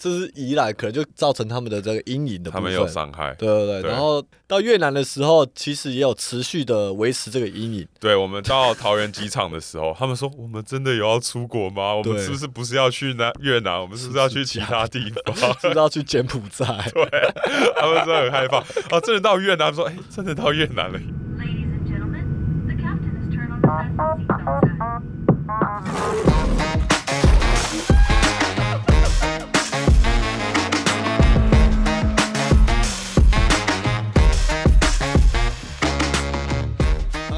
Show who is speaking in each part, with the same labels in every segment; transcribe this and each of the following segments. Speaker 1: 这是宜兰，可能就造成他们的这个阴影的部分。
Speaker 2: 他们有伤害。
Speaker 1: 对对对，
Speaker 2: 对
Speaker 1: 然后到越南的时候，其实也有持续的维持这个阴 影。
Speaker 2: 对我们到桃园机场的时候，他们说我们真的有要出国吗？我们
Speaker 1: 对
Speaker 2: 是不是不是要去南越南？我们是不是要去其他地方？
Speaker 1: 知道去柬埔 寨，
Speaker 2: 他们真的很害怕啊！真的到越南，他们说哎、真的到越南了。
Speaker 3: Ladies and gentlemen, the captain has turned on the fasten seatbelt sign.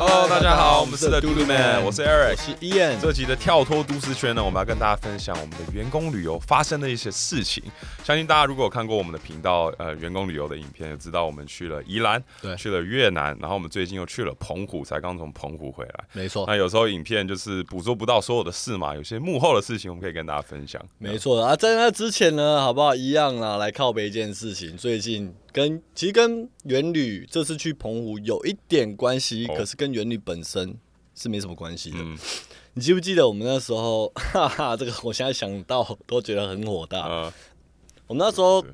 Speaker 2: 哦，大家好，我们是 The
Speaker 1: 嘟
Speaker 2: Doodle
Speaker 1: 嘟
Speaker 2: Man，我是 Eric
Speaker 1: 我。是 Ian。
Speaker 2: 这集的跳脱都市圈呢，我们要跟大家分享我们的员工旅游发生的一些事情。相信大家如果有看过我们的频道，呃，员工旅游的影片，就知道我们去了宜兰，
Speaker 1: 对
Speaker 2: 去了越南，然后我们最近又去了澎湖，才刚从澎湖回来。
Speaker 1: 没错
Speaker 2: 那，有时候影片就是捕捉不到所有的事嘛，有些幕后的事情我们可以跟大家分享。
Speaker 1: 没错啊，在那之前呢，好不好？一样啦，来靠背一件事情。最近跟其实跟元旅这次去澎湖有一点关系，
Speaker 2: 哦
Speaker 1: 可是跟元旅本身是没什么关系的。
Speaker 2: 嗯
Speaker 1: 你记不记得我们那时候，哈哈，这个我现在想到都觉得很火大。
Speaker 2: 呃，
Speaker 1: 我们那时候
Speaker 2: 是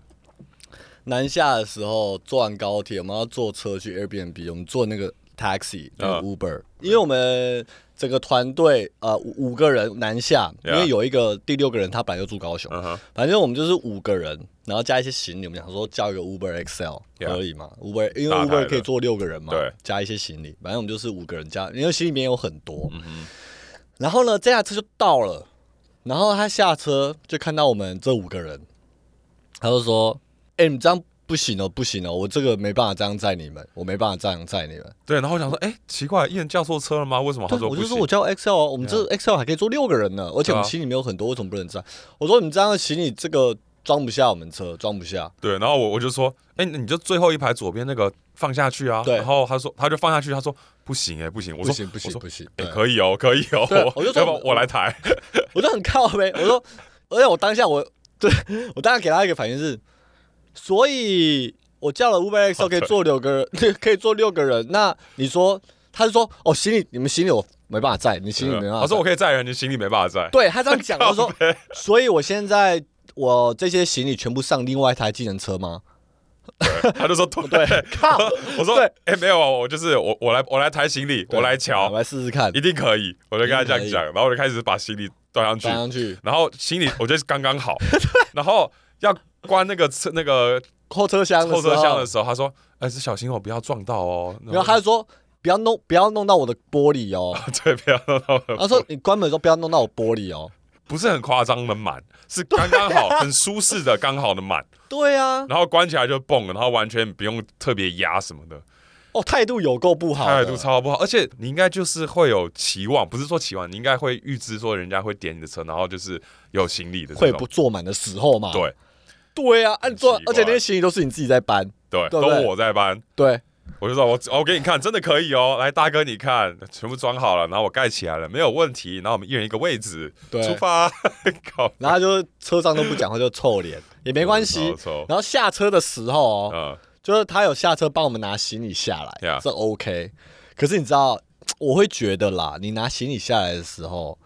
Speaker 1: 南下的时候，坐完高铁，我们要坐车去 Airbnb，我们坐那个 taxi，那
Speaker 2: 嗯
Speaker 1: 个 Uber，、因为我们整个团队呃五五个人南下，因
Speaker 2: Yeah
Speaker 1: 为有一个第六个人他本来就住高雄，
Speaker 2: 嗯哼，
Speaker 1: 反正我们就是五个人，然后加一些行李，我们想说叫一个 Uber XL
Speaker 2: Yeah
Speaker 1: 可以吗？Uber 因为
Speaker 2: 大台的
Speaker 1: Uber 可以坐六个人嘛，
Speaker 2: 对
Speaker 1: 加一些行李，反正我们就是五个人加，因为行李里面有很多。
Speaker 2: 嗯
Speaker 1: 然后呢，这辆车就到了，然后他下车就看到我们这五个人，他就说：“哎、你们这样不行哦，不行哦，我这个没办法这样载你们，我没办法这样载你们。
Speaker 2: 对。然后我想说，哎、奇怪，一人叫错车了吗？为什么他
Speaker 1: 对，
Speaker 2: 说
Speaker 1: 我
Speaker 2: 不
Speaker 1: 就说
Speaker 2: 行？
Speaker 1: 我叫 XL，啊我们这 XL 还可以坐六个人呢，而且我
Speaker 2: 对啊
Speaker 1: 们行李没有很多，为什么不能载？我说你们这样的行李这个装不下我们车，装不下。
Speaker 2: 对，然后我我就说，哎、那你就最后一排左边那个放下去啊。
Speaker 1: 对
Speaker 2: 然后他说，他就放下去，他说不行、哎，不行。我
Speaker 1: 不
Speaker 2: 说
Speaker 1: 行不行
Speaker 2: 我说
Speaker 1: 不行，
Speaker 2: 哎、
Speaker 1: 对
Speaker 2: 可以哦，可以哦。
Speaker 1: 对我就说
Speaker 2: 要不然我来抬。
Speaker 1: 我就很靠呗。我说，而且我当下我对我当下给他一个反应是，所以我叫 了 Uber
Speaker 2: 哦
Speaker 1: X 可以坐六个人， 可以坐六个人。那你说，他就说哦，行李你们行李我没办法载，你行李没办法载。
Speaker 2: 他说我可以载人，你行李没办法载。
Speaker 1: 对他这样讲，我说，所以我现在我这些行李全部上另外一台计程车吗？
Speaker 2: 他就说对。
Speaker 1: 靠，
Speaker 2: 我说
Speaker 1: 对
Speaker 2: 哎、没有啊，我就是我我来我来抬行李，我来
Speaker 1: 我
Speaker 2: 瞧，
Speaker 1: 来试试看
Speaker 2: 一，定可以。我就跟他这样
Speaker 1: 一定
Speaker 2: 讲，然后我就开始把行李端上去
Speaker 1: 搬，上去
Speaker 2: 然后行李我觉得刚刚好，然后要关那个车那个
Speaker 1: 后车厢的
Speaker 2: 后
Speaker 1: 时候
Speaker 2: 车厢的时候，他说：“哎、是小心哦，不要撞到哦。”
Speaker 1: 然后他就说。不要弄，不要弄到我的玻璃 哦。
Speaker 2: 对，不要弄到了
Speaker 1: 他说：“你关门的时候不要弄到我玻璃哦。
Speaker 2: 不是很夸张的满，是刚刚好，很舒适的刚好的满，”
Speaker 1: 对啊，
Speaker 2: 然后关起来就蹦，然后完全不用特别压什么的，
Speaker 1: 哦，态度有够不好的，
Speaker 2: 态度超不好。而且你应该就是会有期望，不是说期望，你应该会预知说人家会点你的车，然后就是有行李的这
Speaker 1: 会
Speaker 2: 种
Speaker 1: 不。坐满的时候嘛？
Speaker 2: 对
Speaker 1: 对啊，按坐
Speaker 2: 很奇，怪
Speaker 1: 而且那些行李都是你自己在搬，
Speaker 2: 对，
Speaker 1: 对
Speaker 2: 都
Speaker 1: 不对
Speaker 2: 我在搬，
Speaker 1: 对，
Speaker 2: 我就说我我给你看，真的可以哦，来大哥你看，全部装好了，然后我盖起来了，没有问题，然后我们一人一个位置，
Speaker 1: 对
Speaker 2: 出发，靠，
Speaker 1: 然后他就车上都不讲话，就臭脸也没关系
Speaker 2: 超臭。
Speaker 1: 然后下车的时候哦，
Speaker 2: 哦嗯，
Speaker 1: 就是他有下车帮我们拿行李下来，
Speaker 2: Yeah
Speaker 1: 这 OK。可是你知道，我会觉得啦，你拿行李下来的时候，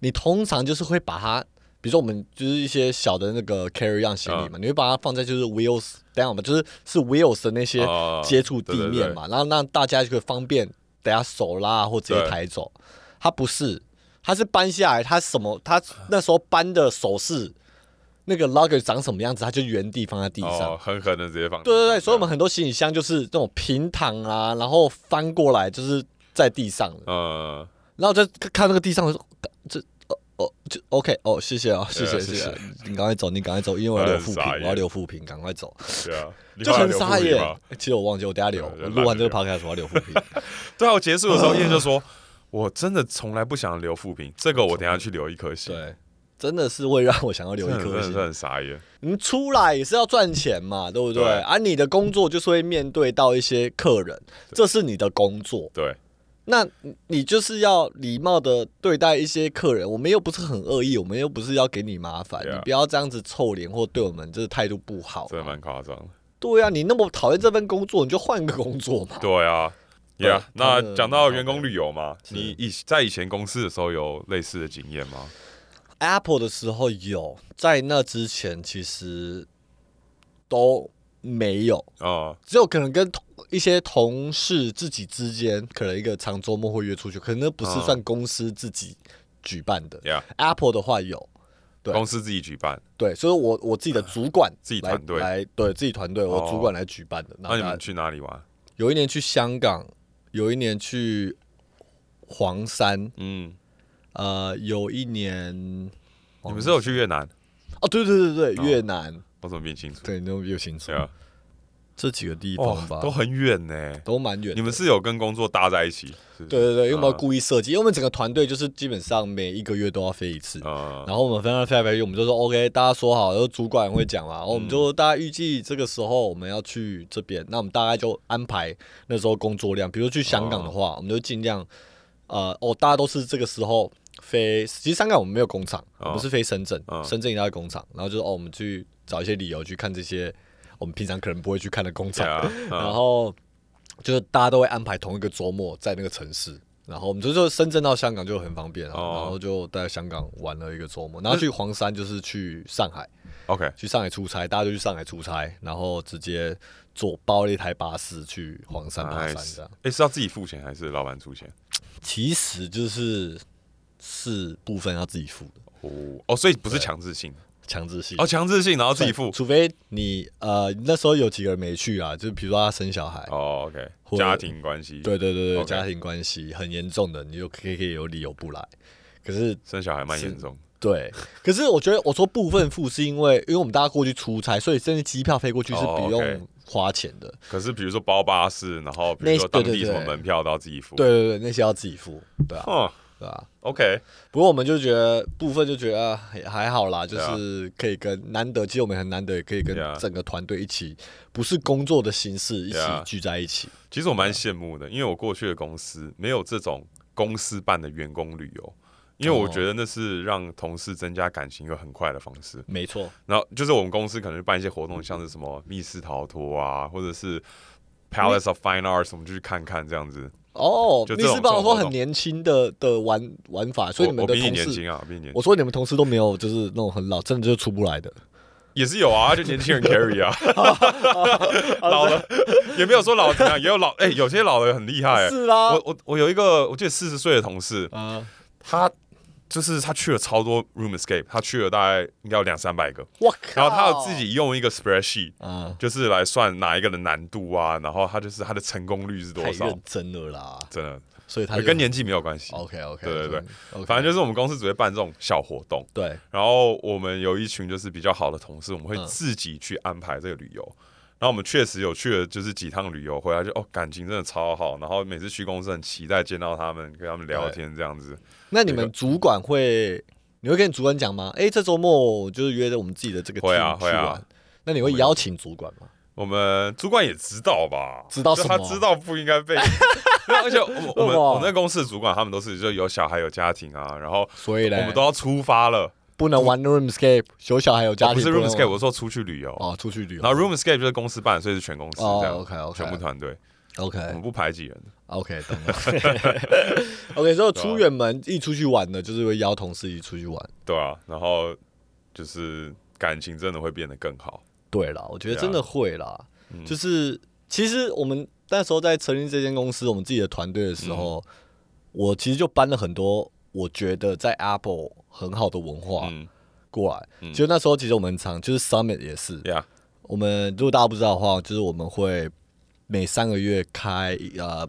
Speaker 1: 你通常就是会把它。比如说我们就是一些小的那个 carry on 行
Speaker 2: 嗯
Speaker 1: 李嘛，你会把它放在就是 wheels down 嘛，就是是 wheels 的那些
Speaker 2: 哦
Speaker 1: 接触地
Speaker 2: 对对对
Speaker 1: 面嘛，然后让大家就可以方便等下手拉或直接
Speaker 2: 对
Speaker 1: 抬走。他不是，他是搬下来，他什么？他那时候搬的手势，那个 logger 长什么样子，他就原地放在地上。
Speaker 2: 哦，狠狠的直接放，
Speaker 1: 对对对，所以我们很多行李箱就是这种平躺啊，然后翻过来就是在地上的，
Speaker 2: 嗯，
Speaker 1: 然后就看那个地上，我说这哦哦就 OK 哦，谢谢哦，谢谢
Speaker 2: 对啊
Speaker 1: 谢
Speaker 2: 谢
Speaker 1: 谢
Speaker 2: 谢，
Speaker 1: 你赶快走，你赶快走，因为我要留副评
Speaker 2: 很傻，眼
Speaker 1: 我要留副评，赶快走，
Speaker 2: 对啊，你
Speaker 1: 就
Speaker 2: 后来
Speaker 1: 很
Speaker 2: 留
Speaker 1: 傻
Speaker 2: 复评
Speaker 1: 眼
Speaker 2: 吗。
Speaker 1: 其实我忘记我等下留，
Speaker 2: 对
Speaker 1: 我
Speaker 2: 懒
Speaker 1: 录
Speaker 2: 得
Speaker 1: 完这个
Speaker 2: 留
Speaker 1: podcast 我要留副 评。
Speaker 2: 对啊，我结束的时候，燕就说：“ 我真的从来不想留副评，这个我等一下去留一颗星。”
Speaker 1: 对，真的是会让我想要留一
Speaker 2: 真的，
Speaker 1: 颗
Speaker 2: 真的是
Speaker 1: 心。
Speaker 2: 很傻眼。
Speaker 1: 你们出来也是要赚钱嘛，对不对？
Speaker 2: 对
Speaker 1: 而你的工作就是会面对到一些客人，这是你的工作，
Speaker 2: 对，
Speaker 1: 那你就是要礼貌的对待一些客人。我们又不是很恶意，我们又不是要给你麻烦
Speaker 2: Yeah
Speaker 1: 你不要这样子臭脸或对我们就是态度不好
Speaker 2: 真的
Speaker 1: 嘛。
Speaker 2: 蛮夸张的。
Speaker 1: 对啊，你那么讨厌这份工作，你就换个工作嘛。
Speaker 2: 对啊。
Speaker 1: 对
Speaker 2: Yeah，那
Speaker 1: 真的
Speaker 2: 讲
Speaker 1: 蛮好
Speaker 2: 到
Speaker 1: 的
Speaker 2: 员工旅游嘛，你以在以前公司的时候有类似的经验吗？
Speaker 1: Apple 的时候有，在那之前其实都没有，
Speaker 2: 哦，
Speaker 1: 只有可能跟同一些同事自己之间，可能一个长周末会约出去，可能那不是
Speaker 2: 嗯
Speaker 1: 算公司自己举办的。
Speaker 2: Yeah
Speaker 1: Apple 的话有，对
Speaker 2: 公司自己举办，
Speaker 1: 对，所以我我自己的主管
Speaker 2: 自己
Speaker 1: 来
Speaker 2: 团队
Speaker 1: 来对自己团队，我
Speaker 2: 哦
Speaker 1: 主管来举办的。然
Speaker 2: 那
Speaker 1: 后
Speaker 2: 你
Speaker 1: 大
Speaker 2: 们
Speaker 1: 家
Speaker 2: 去哪里玩？
Speaker 1: 有一年去香港，有一年去黄山，
Speaker 2: 嗯，
Speaker 1: 呃，有一年
Speaker 2: 你们是有去越南？
Speaker 1: 哦，对对对对，越南，
Speaker 2: 我怎么变清楚？
Speaker 1: 对，你都比我清楚
Speaker 2: 对。啊，
Speaker 1: 这几个地
Speaker 2: 哦
Speaker 1: 方吧，，
Speaker 2: 都很远呢。
Speaker 1: 都蛮远的。
Speaker 2: 你们是有跟工作搭在一起？是不
Speaker 1: 对
Speaker 2: 是
Speaker 1: 对对，因为我们
Speaker 2: 嗯
Speaker 1: 要故意设计，因为我们整个团队就是基本上每一个月都要飞一次。
Speaker 2: 呃，
Speaker 1: 然后我们飞来飞来飞去，我们就说 OK，大家说好，然后主管会讲嘛，然后
Speaker 2: 嗯
Speaker 1: 我们就大家预计这个时候我们要去这边，那我们大概就安排那时候工作量，比如去香港的话，
Speaker 2: 哦
Speaker 1: 我们就尽量，呃，哦，大家都是这个时候飞，其实香港我们没有工厂，
Speaker 2: 哦
Speaker 1: 我们是飞深圳，
Speaker 2: 嗯
Speaker 1: 深圳一大堆工厂，然后就是哦，我们去找一些理由去看这些我们平常可能不会去看的工
Speaker 2: 对
Speaker 1: 厂，
Speaker 2: 啊，嗯
Speaker 1: 然后就是大家都会安排同一个周末在那个城市，然后我们就就深圳到香港就很方便啊，
Speaker 2: 哦
Speaker 1: 然后就在香港玩了一个周末，然后去黄山就是去上海，
Speaker 2: OK，
Speaker 1: 去上海出差，大家就去上海出差，然后直接坐包了一台巴士去黄山爬山
Speaker 2: nice
Speaker 1: 这样，
Speaker 2: 哎，是要自己付钱还是老板出钱？
Speaker 1: 其实就是是部分要自己付的，
Speaker 2: 哦哦，所以不是强制性
Speaker 1: 强制性
Speaker 2: 哦，。强制性，然后自己付
Speaker 1: 除非你呃那时候有几个人没去啊，就是比如说他生小孩，
Speaker 2: 哦，OK，
Speaker 1: 或
Speaker 2: 家庭关系，
Speaker 1: 对对对对
Speaker 2: OK
Speaker 1: 家庭关系很严重的，你就可以可以有理由不来。可是
Speaker 2: 生小孩蛮严重的，
Speaker 1: 对，可是我觉得我说部分付是因为，因为我们大家过去出差，所以甚至机票飞过去是
Speaker 2: 哦
Speaker 1: 不
Speaker 2: ，OK
Speaker 1: 用花钱的。
Speaker 2: 可是比如说包巴士，然后比
Speaker 1: 那
Speaker 2: 如说当
Speaker 1: 对
Speaker 2: 地
Speaker 1: 对
Speaker 2: 什
Speaker 1: 对
Speaker 2: 么门票都要自己付，
Speaker 1: 对，对对，那些要自己付，对啊，
Speaker 2: 哦
Speaker 1: 对啊。
Speaker 2: ，OK，
Speaker 1: 不过我们就觉得部分就觉得、啊、也还好啦，就是可以跟难得，其实我们很难得，也可以跟
Speaker 2: Yeah
Speaker 1: 整个团队一起，不是工作的形式一起
Speaker 2: Yeah
Speaker 1: 聚在一起。
Speaker 2: 其实我蛮羡慕的，因为我过去的公司没有这种公司办的员工旅游，因为我
Speaker 1: 哦
Speaker 2: 觉得那是让同事增加感情一个很快的方式。
Speaker 1: 没错，
Speaker 2: 然后就是我们公司可能办一些活动，像是什么密室逃脱啊，或者是 Palace of Fine Arts，我们就去看看这样子。
Speaker 1: 哦，
Speaker 2: 就
Speaker 1: 你
Speaker 2: 这种
Speaker 1: 是把我说
Speaker 2: 这种活
Speaker 1: 很
Speaker 2: 动
Speaker 1: 年轻的的玩玩法，所以
Speaker 2: 我
Speaker 1: 你们
Speaker 2: 我
Speaker 1: 的
Speaker 2: 比你
Speaker 1: 同
Speaker 2: 年
Speaker 1: 事，
Speaker 2: 轻啊，我比你年
Speaker 1: 我
Speaker 2: 轻，
Speaker 1: 说你们同事都没有就是那种很老，真的就出不来的。
Speaker 2: 也是有啊，就年轻人 carry 啊， 老了也没有说老怎样，也有老哎、有些老的很厉害、
Speaker 1: 是啊
Speaker 2: 我我我有一个我记得四十岁的同事，
Speaker 1: 啊，
Speaker 2: 他就是他去了超多 room escape，他去了大概应该有两三百个，
Speaker 1: 我靠！
Speaker 2: 然后他有自己用一个 spreadsheet，
Speaker 1: 啊，
Speaker 2: 就是来算哪一个的难度啊，然后他就是他的成功率是多
Speaker 1: 太
Speaker 2: 少，
Speaker 1: 认真了啦，
Speaker 2: 真的
Speaker 1: 所以他就
Speaker 2: 跟年纪没有关系。
Speaker 1: OK OK，
Speaker 2: 对对对
Speaker 1: 哦，OK，
Speaker 2: 反正就是我们公司只会办这种小活动，
Speaker 1: 对
Speaker 2: 然后我们有一群就是比较好的同事，我们会
Speaker 1: 嗯
Speaker 2: 自己去安排这个旅游。然后我们确实有去了，就是几趟旅游回来就哦，感情真的超好。然后每次去公司很期待见到他们，跟他们聊
Speaker 1: 对
Speaker 2: 天这样子。
Speaker 1: 那你们主管会，你会跟你主管讲吗？哎，这周末我就是约着我们自己的这个
Speaker 2: 会啊
Speaker 1: team
Speaker 2: 会
Speaker 1: 去
Speaker 2: 啊
Speaker 1: 玩，那你会邀请主管吗？
Speaker 2: 我们主管也知道吧？
Speaker 1: 知道
Speaker 2: 就
Speaker 1: 什
Speaker 2: 他
Speaker 1: 么
Speaker 2: 知道不应该 被。没有而且我们我
Speaker 1: 为
Speaker 2: 们
Speaker 1: 什么
Speaker 2: 我们那公司的主管他们都是就有小孩有家庭啊，然后
Speaker 1: 所以
Speaker 2: 我
Speaker 1: 嘞，
Speaker 2: 们都要出发了，
Speaker 1: 不能玩 room escape，有小孩有家
Speaker 2: 不
Speaker 1: 庭
Speaker 2: 是 room
Speaker 1: 能
Speaker 2: escape，我是说出去旅游。
Speaker 1: 哦，出去旅游。
Speaker 2: 然后 room escape 就是公司办，所以是全公司
Speaker 1: 哦
Speaker 2: 这样
Speaker 1: OK，OK 哎
Speaker 2: 全部团队，我
Speaker 1: OK
Speaker 2: 们不排挤人。
Speaker 1: OK 懂了。OK，所以 出远门一出去玩的，就是会邀同事一起出去玩。
Speaker 2: 对啊，然后就是感情真的会变得更好。
Speaker 1: 对啦，我觉得
Speaker 2: 对啊嗯
Speaker 1: 真的会啦，就是其实我们那时候在成立这间公司，我们自己的团队的时候，
Speaker 2: 嗯
Speaker 1: 我其实就搬了很多我觉得在 Apple 很好的文化
Speaker 2: 嗯，
Speaker 1: 过来。其实那时候其实我们很常就是 Summit 也是，
Speaker 2: 呀，
Speaker 1: 我们如果大家不知道的话，就是我们会每三个月开呃，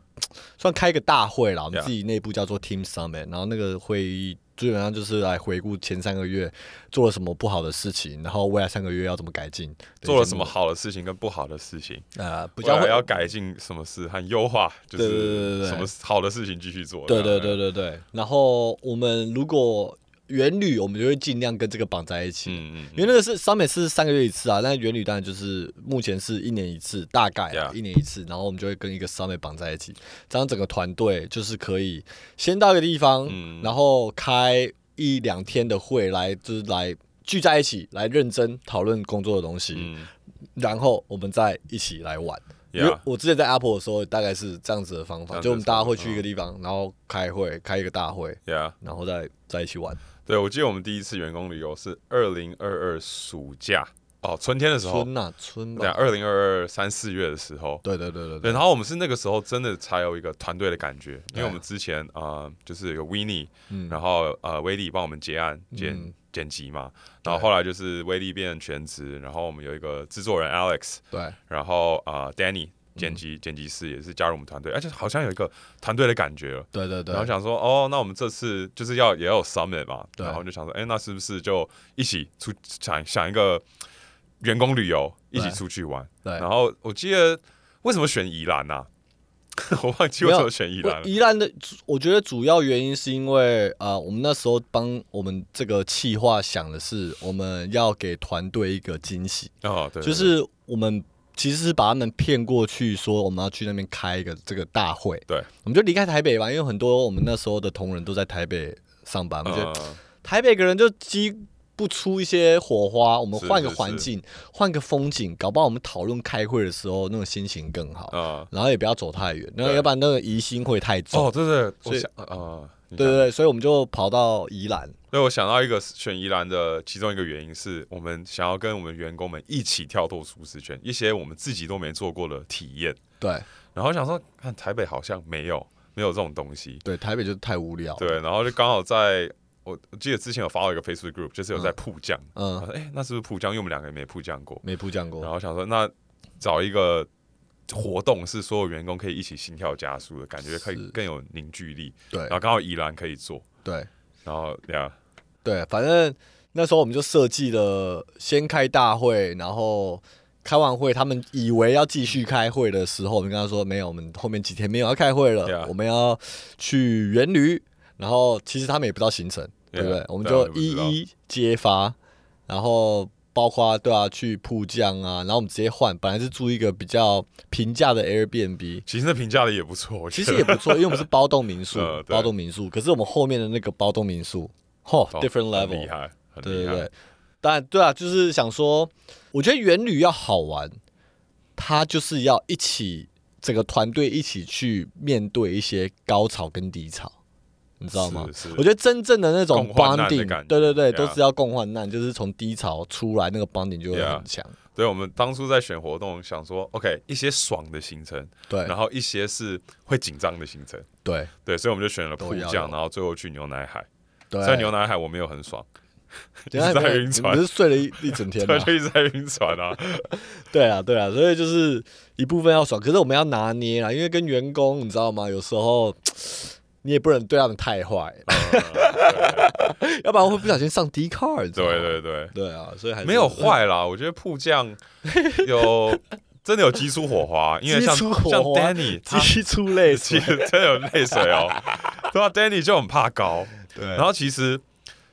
Speaker 1: 算开一个大会啦，我们
Speaker 2: Yeah.
Speaker 1: 自己内部叫做 Team Summit，然后那个会议基本上就是来回顾前三个月做了什么不好的事情，然后未来三个月要怎么改进，
Speaker 2: 做了什么好的事情跟不好的事情，
Speaker 1: 呃比
Speaker 2: 比
Speaker 1: 较会
Speaker 2: 要改进什么事和优化，就
Speaker 1: 对对对
Speaker 2: 是
Speaker 1: 对对
Speaker 2: 什么好的事嗯情继续做。
Speaker 1: 对
Speaker 2: 这
Speaker 1: 对
Speaker 2: 样
Speaker 1: 对，对对。然后我们如果元旅，我们就会尽量跟这个绑在一起。
Speaker 2: 嗯嗯嗯
Speaker 1: 因为那个是 summit 是三个月一次啊，那元旅当然就是目前是一年一次，大概啊
Speaker 2: Yeah
Speaker 1: 一年一次，然后我们就会跟一个 summit 绑在一起，这样整个团队就是可以先到一个地方，
Speaker 2: 嗯
Speaker 1: 然后开一两天的会来，就是来聚在一起来认真讨论工作的东西，
Speaker 2: 嗯，
Speaker 1: 然后我们再一起来玩。因为
Speaker 2: Yeah
Speaker 1: 我之前在 Apple 的时候，大概是这样子的方
Speaker 2: 这
Speaker 1: 法，
Speaker 2: 样子的
Speaker 1: 就我们大家
Speaker 2: 方法
Speaker 1: 会去一个地方，然后开会，开一个大会，
Speaker 2: 呀，
Speaker 1: 然后再在一起玩。
Speaker 2: 对，我记得我们第一次员工旅游是二零二二暑假哦，春天的时候，
Speaker 1: 春呐、春
Speaker 2: 对，啊
Speaker 1: 吧，
Speaker 2: 二零二二三四月的时候，
Speaker 1: 对对对对
Speaker 2: 对，
Speaker 1: 对，
Speaker 2: 然后我们是那个时候真的才有一个团队的感觉，因为
Speaker 1: 对
Speaker 2: 我们之前呃就是有 w i n n i e
Speaker 1: 嗯
Speaker 2: 然后呃威力帮我们结案剪、
Speaker 1: 嗯
Speaker 2: 剪辑嘛，然后后来就是威力变成全职，然后我们有一个制作人 Alex，
Speaker 1: 对嗯
Speaker 2: 然后呃 Danny 剪辑、剪辑师也是加入我们团队，而且好像有一个团队的感觉了。
Speaker 1: 对对对，
Speaker 2: 然后想说，哦，那我们这次就是要也要有 summit 嘛，
Speaker 1: 对
Speaker 2: 然后就想说，哎，那是不是就一起出想想一个员工旅游，一起
Speaker 1: 对
Speaker 2: 出去玩？
Speaker 1: 对
Speaker 2: 然后我记得为什么选宜兰呐、 我忘记为什么选宜兰了。
Speaker 1: 宜兰的主，我觉得主要原因是因为呃，我们那时候帮我们这个企划想的是，我们要给团队一个惊喜，
Speaker 2: 哦，对，对
Speaker 1: 就是我们其实是把他们骗过去，说我们要去那边开一个这个大会，
Speaker 2: 对，
Speaker 1: 我们就离开台北吧，因为很多我们那时候的同仁都在台北上班，我
Speaker 2: 对
Speaker 1: 们觉得
Speaker 2: 嗯
Speaker 1: 台北个人就激不出一些火花，我们
Speaker 2: 是
Speaker 1: 换个
Speaker 2: 是
Speaker 1: 环
Speaker 2: 是
Speaker 1: 境，换个风景，搞不好我们讨论开会的时候那种心情更好。
Speaker 2: 嗯
Speaker 1: 然后也不要走太远，然后
Speaker 2: 对
Speaker 1: 要不然那个疑心会太重。
Speaker 2: 哦，对对，
Speaker 1: 所
Speaker 2: 我
Speaker 1: 以
Speaker 2: 想啊，你
Speaker 1: 对
Speaker 2: 讲
Speaker 1: 对对，所以我们就跑到宜兰，
Speaker 2: 对，我想到一个选宜兰的其中一个原因是我们想要跟我们员工们一起跳脱舒适圈，一些我们自己都没做过的体验。
Speaker 1: 对
Speaker 2: 然后想说，看台北好像没有没有这种东西，
Speaker 1: 对，台北就是太无聊。
Speaker 2: 对，然后就刚好在我我记得之前有发到一个 Facebook group，就是有在铺酱，然
Speaker 1: 嗯，
Speaker 2: 后说哎、那是不是铺酱？因为我们两个也没铺酱过，
Speaker 1: 没铺讲
Speaker 2: 然
Speaker 1: 过，
Speaker 2: 后想说那找一个活动是所有员工可以一起心跳加速的感觉，可以更有凝聚力，
Speaker 1: 对
Speaker 2: 然后刚好宜兰可以做，
Speaker 1: 对
Speaker 2: 然后啊呀，
Speaker 1: 对，反正那时候我们就设计了，先开大会，然后开完会，他们以为要继续开会的时候，我们跟他说没有，我们后面几天没有要开会了
Speaker 2: Yeah
Speaker 1: 我们要去元旅，然后其实他们也不知道行程
Speaker 2: Yeah，
Speaker 1: 对不对？我们
Speaker 2: 对啊
Speaker 1: 就
Speaker 2: 也不知道
Speaker 1: 一一揭发，然后。包括对啊，去浦江啊，然后我们直接换，本来是住一个比较平价的 Airbnb，
Speaker 2: 其实那评价的也不错，我觉
Speaker 1: 其
Speaker 2: 得
Speaker 1: 实也不错，因为我们是包栋民宿
Speaker 2: 呃，对
Speaker 1: 包栋民宿。可是我们后面的那个包栋民宿，吼
Speaker 2: 哦
Speaker 1: ，different
Speaker 2: 很
Speaker 1: level，
Speaker 2: 厉害，很
Speaker 1: 对对
Speaker 2: 厉害
Speaker 1: 对。。但对啊，就是想说，我觉得元旅要好玩，它就是要一起整个团队一起去面对一些高潮跟低潮，你知道吗？
Speaker 2: 是是
Speaker 1: 我觉得真正的那种
Speaker 2: 共患难的
Speaker 1: bonding，
Speaker 2: 感觉
Speaker 1: 对对对，
Speaker 2: yeah
Speaker 1: 都是要共患难，就是从低潮出来，那个 bonding 就会
Speaker 2: Yeah
Speaker 1: 很强。
Speaker 2: 对，我们当初在选活动，想说 OK 一些爽的行程，
Speaker 1: 对
Speaker 2: 然后一些是会紧张的行程，
Speaker 1: 对
Speaker 2: 对，所以我们就选了
Speaker 1: 都
Speaker 2: 铺
Speaker 1: 要
Speaker 2: 酱，
Speaker 1: 有
Speaker 2: 然后最后去牛奶海。
Speaker 1: 对，
Speaker 2: 虽然牛奶海我没有很爽，
Speaker 1: 等一下
Speaker 2: 一直在
Speaker 1: 你
Speaker 2: 晕船
Speaker 1: 你不是睡了一一整天吗
Speaker 2: 对，？就一直在晕船 啊。
Speaker 1: 对啊，对啊，所以就是一部分要爽，可是我们要拿捏啊啦，因为跟员工，你知道吗？有时候你也不能对他们太坏，要不然会不小心上 D card。
Speaker 2: 对对对，
Speaker 1: 对啊，所以还是
Speaker 2: 没有，坏啦，我觉得 铺酱有真的有激出火花，因为像
Speaker 1: 激出
Speaker 2: 像
Speaker 1: 火花
Speaker 2: Danny 他
Speaker 1: 激出泪
Speaker 2: 其
Speaker 1: 水。
Speaker 2: 实真的有泪水哦，对啊，Danny 就很怕高，
Speaker 1: 对
Speaker 2: 然后其实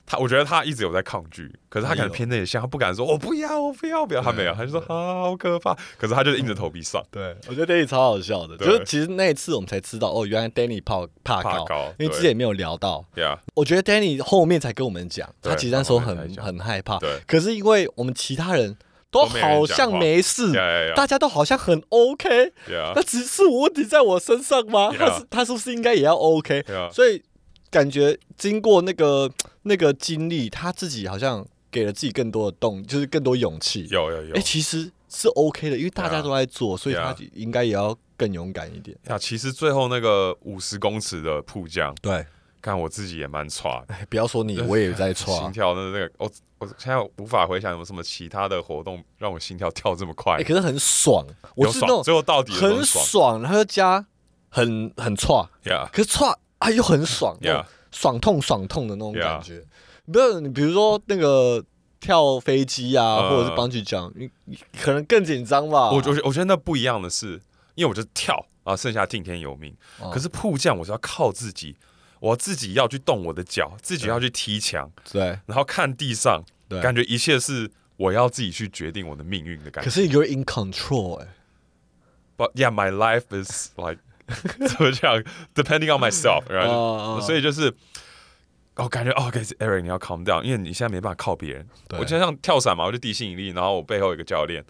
Speaker 2: 他，我觉得他一直有在抗拒，可是他可能
Speaker 1: 有
Speaker 2: 偏内向，他不敢说我不要，我不要，不要，他没有，他就说啊，好可怕。可是他就是硬着头皮上，
Speaker 1: 对，我觉得 Danny 超好笑的，就
Speaker 2: 对
Speaker 1: 是其实那一次我们才知道，哦，原来 Danny 怕怕
Speaker 2: 怕
Speaker 1: 高，
Speaker 2: 高
Speaker 1: 嗯因为
Speaker 2: 对
Speaker 1: 之前也没有聊到。
Speaker 2: 呀，
Speaker 1: 我觉得 Danny 后面才跟我们讲，
Speaker 2: 对
Speaker 1: 他其实那时候
Speaker 2: 他后面
Speaker 1: 很
Speaker 2: 才讲
Speaker 1: 很害怕
Speaker 2: 对，
Speaker 1: 可是因为我们其他人都
Speaker 2: 都没人讲
Speaker 1: 好像
Speaker 2: 话
Speaker 1: 没事，
Speaker 2: 呀呀呀
Speaker 1: 大家都好像很 OK，
Speaker 2: 呀
Speaker 1: 那，只嗯是我问题在我身上吗？
Speaker 2: 啊 Yeah.
Speaker 1: 他是他是不是应该也要 OK？、
Speaker 2: Yeah.
Speaker 1: 所以感觉经过那个那个经历，他自己好像给了自己更多的动，就是更多勇气。
Speaker 2: 有有有
Speaker 1: 哎、。其实是 OK 的，因为大家
Speaker 2: Yeah.
Speaker 1: 都在做，所以他
Speaker 2: Yeah.
Speaker 1: 应该也要更勇敢一点。
Speaker 2: 呀，其实最后那个五十公尺的瀑降，
Speaker 1: 对，
Speaker 2: 看我自己也蛮差的，
Speaker 1: 哎不要说你，我也在
Speaker 2: 心
Speaker 1: 刷。
Speaker 2: 跳的那个，我我现在无法回想有什么其他的活动让我心跳跳这么快
Speaker 1: 哎、，可是很爽，我
Speaker 2: 有
Speaker 1: 是那种
Speaker 2: 爽，最后到底有没有
Speaker 1: 很
Speaker 2: 爽
Speaker 1: 爽，然后又加很很差，
Speaker 2: 呀
Speaker 1: 可是唰啊又很爽
Speaker 2: Yeah.
Speaker 1: 那种爽痛爽痛的那种
Speaker 2: Yeah.
Speaker 1: 感觉。不是你比如说那个跳飞机啊，
Speaker 2: 嗯
Speaker 1: 或者是帮去讲，你你可能更紧张吧。
Speaker 2: 我我觉得我觉得那不一样的是，因为我就跳啊，剩下听天由命。
Speaker 1: 哦
Speaker 2: 可是瀑降我是要靠自己，我要自己要去动我的脚，自己要去踢墙，
Speaker 1: 对
Speaker 2: 然后看地上，
Speaker 1: 对，
Speaker 2: 感觉一切是我要自己去决定我的命运的感
Speaker 1: 可
Speaker 2: 觉。
Speaker 1: 是你就会 in control 哎、
Speaker 2: But yeah, my life is like 怎么讲，depending on myself，right？、
Speaker 1: 哦哦
Speaker 2: 所以就是。我感觉哦，OK，Eric，、你要 calm down，因为你现在没办法靠别人。
Speaker 1: 对
Speaker 2: 我就像跳伞嘛，我就地心引力，然后我背后有一个教练，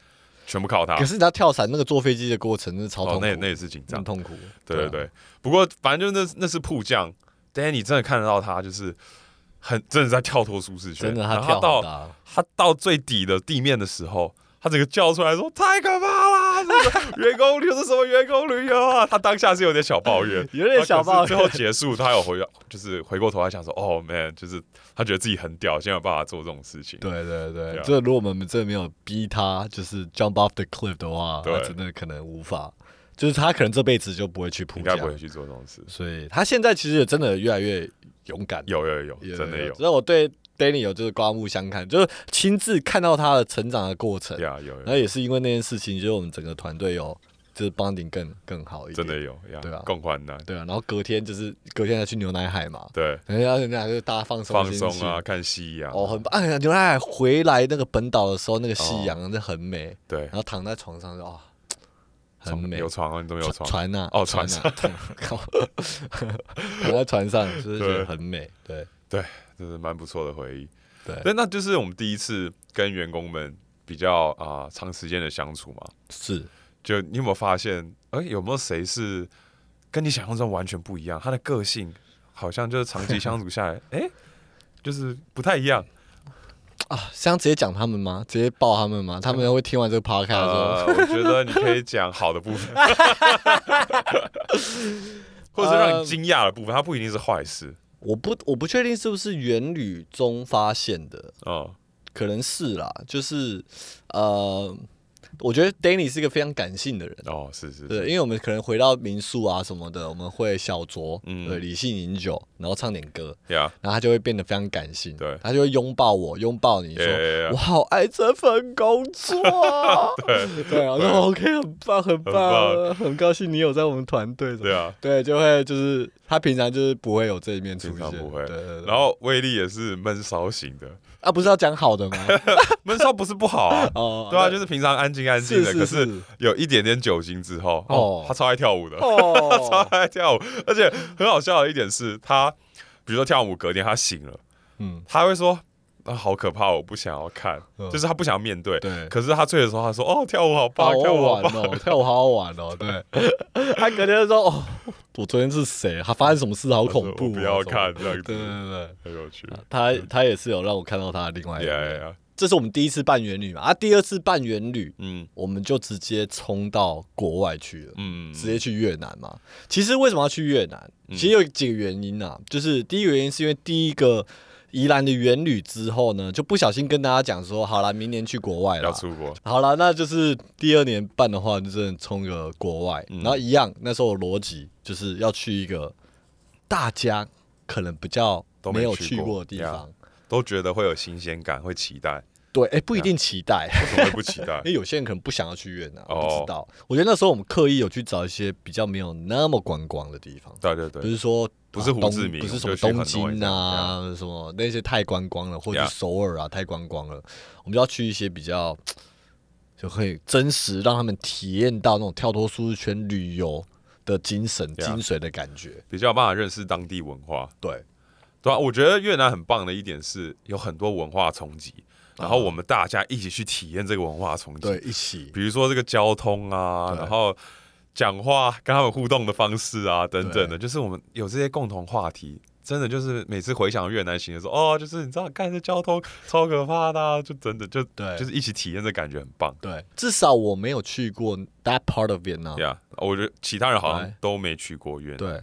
Speaker 2: 全部靠他。
Speaker 1: 可是你要跳伞那个坐飞机的过程，真的超痛
Speaker 2: 啊哦，
Speaker 1: 苦，
Speaker 2: 那也那也是紧张
Speaker 1: 很。痛苦。
Speaker 2: 对对
Speaker 1: 啊，
Speaker 2: 对，不过反正就是那那是铺将，Danny 真的看得到他，就是很真的在跳脱舒适圈，
Speaker 1: 真的他
Speaker 2: 然后
Speaker 1: 跳好
Speaker 2: 到嗯
Speaker 1: 大，
Speaker 2: 他到最底的地面的时候，他整个叫出来说：“太可怕啦！这是员工旅游是什么员工旅游啊？”他当下是有点小抱怨，
Speaker 1: 有点小抱
Speaker 2: 然后
Speaker 1: 怨
Speaker 2: 可是最后结束，他有回，就是回过头来想说：“ 哦，man，就是他觉得自己很屌，现在有办法做这种 事情。”
Speaker 1: 对对对
Speaker 2: 对啊，
Speaker 1: 这如果我们真的没有逼他，就是 jump off the cliff 的话，
Speaker 2: 对
Speaker 1: 他真的可能无法，就是他可能这辈子就不会去扑
Speaker 2: 应
Speaker 1: 甲
Speaker 2: 该不，会去做这种事。
Speaker 1: 所以他现在其实也真的越来越勇敢，
Speaker 2: 有有有，真的有，
Speaker 1: 所以我对 Danny 有就是刮目相看，就是亲自看到他的成长的过程，
Speaker 2: 呀有
Speaker 1: 然后
Speaker 2: 有，
Speaker 1: 也是因为那件事情，就是我们整个团队有就是 bonding 更更好一
Speaker 2: 真
Speaker 1: 点，
Speaker 2: 的有呀
Speaker 1: 对啊，
Speaker 2: 共患难，
Speaker 1: 对啊，然后隔天就是隔天再去牛奶海嘛，
Speaker 2: 对，
Speaker 1: 然后人家就大家放松
Speaker 2: 放
Speaker 1: 心
Speaker 2: 松
Speaker 1: 情
Speaker 2: 啊，，看夕阳，
Speaker 1: 哦，很棒！哎呀，牛奶海回来那个本岛的时候，那个夕阳
Speaker 2: 哦
Speaker 1: 真的很美，
Speaker 2: 对
Speaker 1: 然，后躺在床上就啊、很
Speaker 2: 床
Speaker 1: 美
Speaker 2: 有。床啊，你都没有床，
Speaker 1: 船呐、
Speaker 2: 哦
Speaker 1: 船
Speaker 2: 船
Speaker 1: 呐、 靠，躺在船上就是觉得
Speaker 2: 对
Speaker 1: 很美，对
Speaker 2: 这是蛮不错的回忆。
Speaker 1: 对
Speaker 2: 对，那就是我们第一次跟员工们比较啊、长时间的相处嘛。
Speaker 1: 是。
Speaker 2: 就你有没有发现，哎、有没有谁是跟你想象中完全不一样？他的个性好像就是长期相处下来， 哎、就是不太一样。
Speaker 1: 啊，是想直接讲他们吗？直接爆他们吗？他们会听完这个 podcast 之后，
Speaker 2: 嗯呃，我觉得你可以讲好的部分， 或者是让你惊讶的部分，它不一定是坏事。
Speaker 1: 我不我不确定是不是原旅中发现的，
Speaker 2: 嗯，
Speaker 1: 可能是啦。就是呃，我觉得 Danny 是一个非常感性的人，
Speaker 2: 哦，是是
Speaker 1: 嗯对，
Speaker 2: 是，
Speaker 1: 因为我们可能回到民宿啊什么的，我们会小酌，
Speaker 2: 嗯
Speaker 1: 对，理性饮酒，然后唱点歌，
Speaker 2: 呀，
Speaker 1: 然后他就会变得非常感性，
Speaker 2: 对
Speaker 1: 他就会拥抱我，拥抱你说
Speaker 2: Yeah, yeah, yeah.
Speaker 1: 我好爱这份工作 啊，对对，然后说 OK，很棒，很棒，
Speaker 2: 棒
Speaker 1: 很高兴你有在我们团队，
Speaker 2: 对啊。
Speaker 1: 对，就会就是他平常就是不会有这一面出
Speaker 2: 经
Speaker 1: 现，
Speaker 2: 常不会
Speaker 1: 对对，对
Speaker 2: 然后威力也是闷骚型的，
Speaker 1: 啊，不是要讲好的 吗？
Speaker 2: 闷骚不是不好啊，
Speaker 1: 哦，
Speaker 2: 对啊，
Speaker 1: 那
Speaker 2: 就是平常安静安静的，
Speaker 1: 是是
Speaker 2: 可
Speaker 1: 是
Speaker 2: 是有一点点酒精之后，
Speaker 1: 哦
Speaker 2: 哦，他超爱跳舞的， 超
Speaker 1: 哦，
Speaker 2: 爱跳舞，而且很好笑的一点是他，比如说跳完舞隔天他醒了，
Speaker 1: 嗯，
Speaker 2: 他会说。啊，好可怕！我不想要看，
Speaker 1: 嗯
Speaker 2: 就是他不想面对。
Speaker 1: 对
Speaker 2: 可是他醉的时候，他说：“哦，跳舞好
Speaker 1: 好
Speaker 2: 棒，
Speaker 1: 好
Speaker 2: 跳舞好
Speaker 1: 玩
Speaker 2: 棒。
Speaker 1: 哦，跳舞好好玩哦，对。 他隔天就说：“哦，我昨天是谁？他发生什么事？好
Speaker 2: 他说”
Speaker 1: 恐怖、
Speaker 2: 我
Speaker 1: 哦！”
Speaker 2: 不要看嗯
Speaker 1: 什么的。
Speaker 2: 这样
Speaker 1: 对对
Speaker 2: 子，
Speaker 1: 对，啊哎
Speaker 2: 很有趣。
Speaker 1: 他他也是有让我看到他的另外一面。
Speaker 2: 呀呀，
Speaker 1: 这是我们第一次办元旅嘛？啊，第二次办元旅，
Speaker 2: 嗯
Speaker 1: 我们就直接冲到国外去了。
Speaker 2: 嗯，
Speaker 1: 直接去越南嘛。其实为什么要去越南？其实有几个原因啊，就是第一个原因是因为第一个宜兰的元旅之后呢，就不小心跟大家讲说，好啦，明年去国外
Speaker 2: 要
Speaker 1: 了。
Speaker 2: 出国，
Speaker 1: 好啦，那就是第二年办的话，就真的冲个国外，
Speaker 2: 嗯
Speaker 1: 然后一样。那时候的逻辑就是要去一个大家可能比较
Speaker 2: 都没
Speaker 1: 没有
Speaker 2: 去
Speaker 1: 去
Speaker 2: 过
Speaker 1: 过的地
Speaker 2: 呀
Speaker 1: 方。
Speaker 2: 都觉得会有新鲜感，会期待，
Speaker 1: 对，哎、不一定期待，
Speaker 2: 为什么会不期待
Speaker 1: 因？为有些人可能不想要去越南，我不
Speaker 2: 哦
Speaker 1: 知道。我觉得那时候我们刻意有去找一些比较没有那么观光的地方。
Speaker 2: 对对
Speaker 1: 比
Speaker 2: 对，
Speaker 1: 如说
Speaker 2: 不是
Speaker 1: 啊
Speaker 2: 胡
Speaker 1: 东
Speaker 2: 志明
Speaker 1: 不是什
Speaker 2: 就
Speaker 1: 么
Speaker 2: 去很
Speaker 1: 东
Speaker 2: 多
Speaker 1: 京
Speaker 2: 地方
Speaker 1: 啊，什么那些太观光了，或者
Speaker 2: Yeah
Speaker 1: 是首尔啊太观光了，我们要去一些比较就可以真实让他们体验到那种跳脱舒适圈旅游的精神
Speaker 2: Yeah
Speaker 1: 精髓的感觉。
Speaker 2: 比较有办法认识当地文化。
Speaker 1: 对，
Speaker 2: 对啊，我觉得越南很棒的一点是有很多文化冲击，然后我们大家一起去体验这个文化冲击
Speaker 1: 啊对，，一起
Speaker 2: 比如说这个交通啊，
Speaker 1: 对
Speaker 2: 然后讲话跟他们互动的方式啊等等的，就是我们有这些共同话题。真的就是每次回想越南行的时候，哦，就是你知道，干这交通超可怕的、啊，就真的就
Speaker 1: 对
Speaker 2: 就是一起体验这感觉很棒
Speaker 1: 对，至少我没有去过 that part of Vietnam。
Speaker 2: 呀。Yeah，我觉得其他人好像
Speaker 1: 来
Speaker 2: 都没去过越南，
Speaker 1: 对，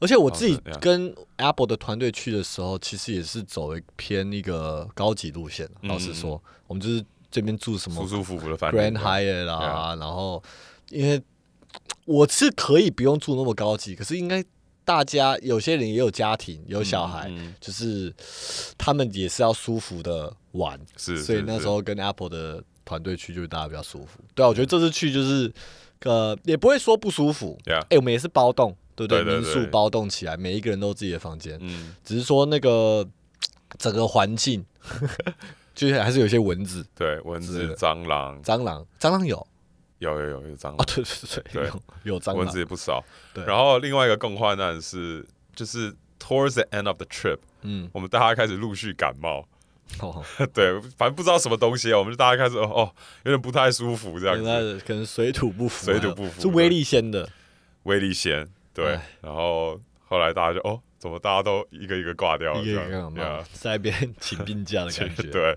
Speaker 1: 而且我自己
Speaker 2: 哦对，yeah
Speaker 1: 跟 Apple 的团队去的时候，其实也是走一偏一个高级路线。老
Speaker 2: 嗯
Speaker 1: 实说，我们就是这边住什么
Speaker 2: 舒舒服服的反
Speaker 1: Grand
Speaker 2: 正
Speaker 1: Hyatt 啦、然后因为我是可以不用住那么高级，可是应该大家有些人也有家庭，有小孩，
Speaker 2: 嗯嗯
Speaker 1: 就是他们也是要舒服的玩，
Speaker 2: 是
Speaker 1: 所以
Speaker 2: 是
Speaker 1: 那
Speaker 2: 是
Speaker 1: 时候跟 Apple 的团队去，就是大家比较舒服。对啊，我觉得这次去就是呃也不会说不舒服，哎
Speaker 2: Yeah
Speaker 1: 我们也是包栋，对不
Speaker 2: 对对
Speaker 1: 民
Speaker 2: 对
Speaker 1: 宿包栋起来，每一个人都有自己的房间，
Speaker 2: 嗯，
Speaker 1: 只是说那个整个环境。 就是还是有些蚊子、
Speaker 2: 对，蚊
Speaker 1: 之
Speaker 2: 子
Speaker 1: 类、的
Speaker 2: 蟑螂，
Speaker 1: 蟑螂，蟑螂有，
Speaker 2: 有有有有蟑
Speaker 1: 啊，
Speaker 2: 螂，
Speaker 1: 对对对，
Speaker 2: 对
Speaker 1: 有有啊蟑
Speaker 2: 蚊子
Speaker 1: 螂，
Speaker 2: 也不少。
Speaker 1: 对
Speaker 2: 然后另外一个更患难的是，就是 towards the end of the trip，
Speaker 1: 嗯，
Speaker 2: 我们大家开始陆续感冒，
Speaker 1: 哦，
Speaker 2: 对，反正不知道什么东西啊，我们就大家开始哦哦，有点不太舒服这样
Speaker 1: 原来
Speaker 2: 子。
Speaker 1: 的可能水土不服啊，
Speaker 2: 水土不服
Speaker 1: 是威力先的，
Speaker 2: 威力先对
Speaker 1: 哎，
Speaker 2: 然后后来大家就哦。怎么大家都一个一个挂掉了
Speaker 1: 一
Speaker 2: 哦这
Speaker 1: 个
Speaker 2: 样？
Speaker 1: 一个嘛
Speaker 2: Yeah，
Speaker 1: 在那边 请病假的感觉。
Speaker 2: 对，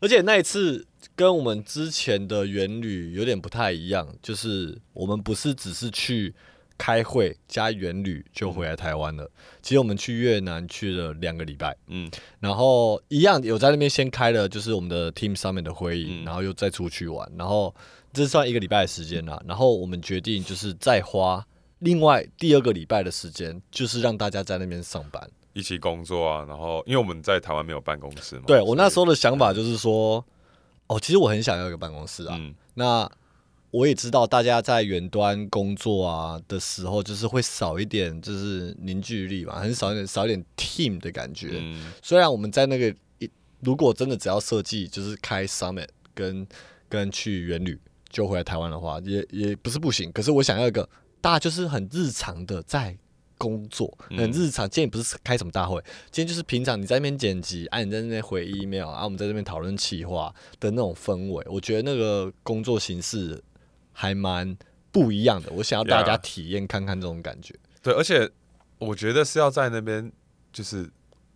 Speaker 1: 而且那一次跟我们之前的元旅有点不太一样，就是我们不是只是去开会加元旅就回来台湾了，其实我们去越南去了两个礼拜，
Speaker 2: 嗯
Speaker 1: 然后一样有在那边先开了就是我们的 team 上面的会议，
Speaker 2: 嗯
Speaker 1: 然后又再出去玩，然后这算一个礼拜的时间啦。然后我们决定就是再花另外第二个礼拜的时间，就是让大家在那边上班。
Speaker 2: 一起工作啊，然后因为我们在台湾没有办公室嘛，
Speaker 1: 对我那时
Speaker 2: 候
Speaker 1: 候的想法就是说，哦，其实我很想要一个办公室啊。
Speaker 2: 嗯
Speaker 1: 那我也知道大家在远端工作啊的时候，就是会少一点就是凝聚力嘛，很少一点少一点 team 的感觉。
Speaker 2: 嗯
Speaker 1: 虽然我们在那个一，如果真的只要设计就是开 summit 跟跟去远旅就回来台湾的话，也也不是不行。可是我想要一个大家就是很日常的在工作，
Speaker 2: 嗯
Speaker 1: 很日常。今天也不是开什么大会，今天就是平常你在那边剪辑，啊你在那边回 email，啊我们在那边讨论企划的那种氛围，我觉得那个工作形式还蛮不一样的。我想要大家
Speaker 2: Yeah
Speaker 1: 体验看看这种感觉。
Speaker 2: 对，而且我觉得是要在那边就是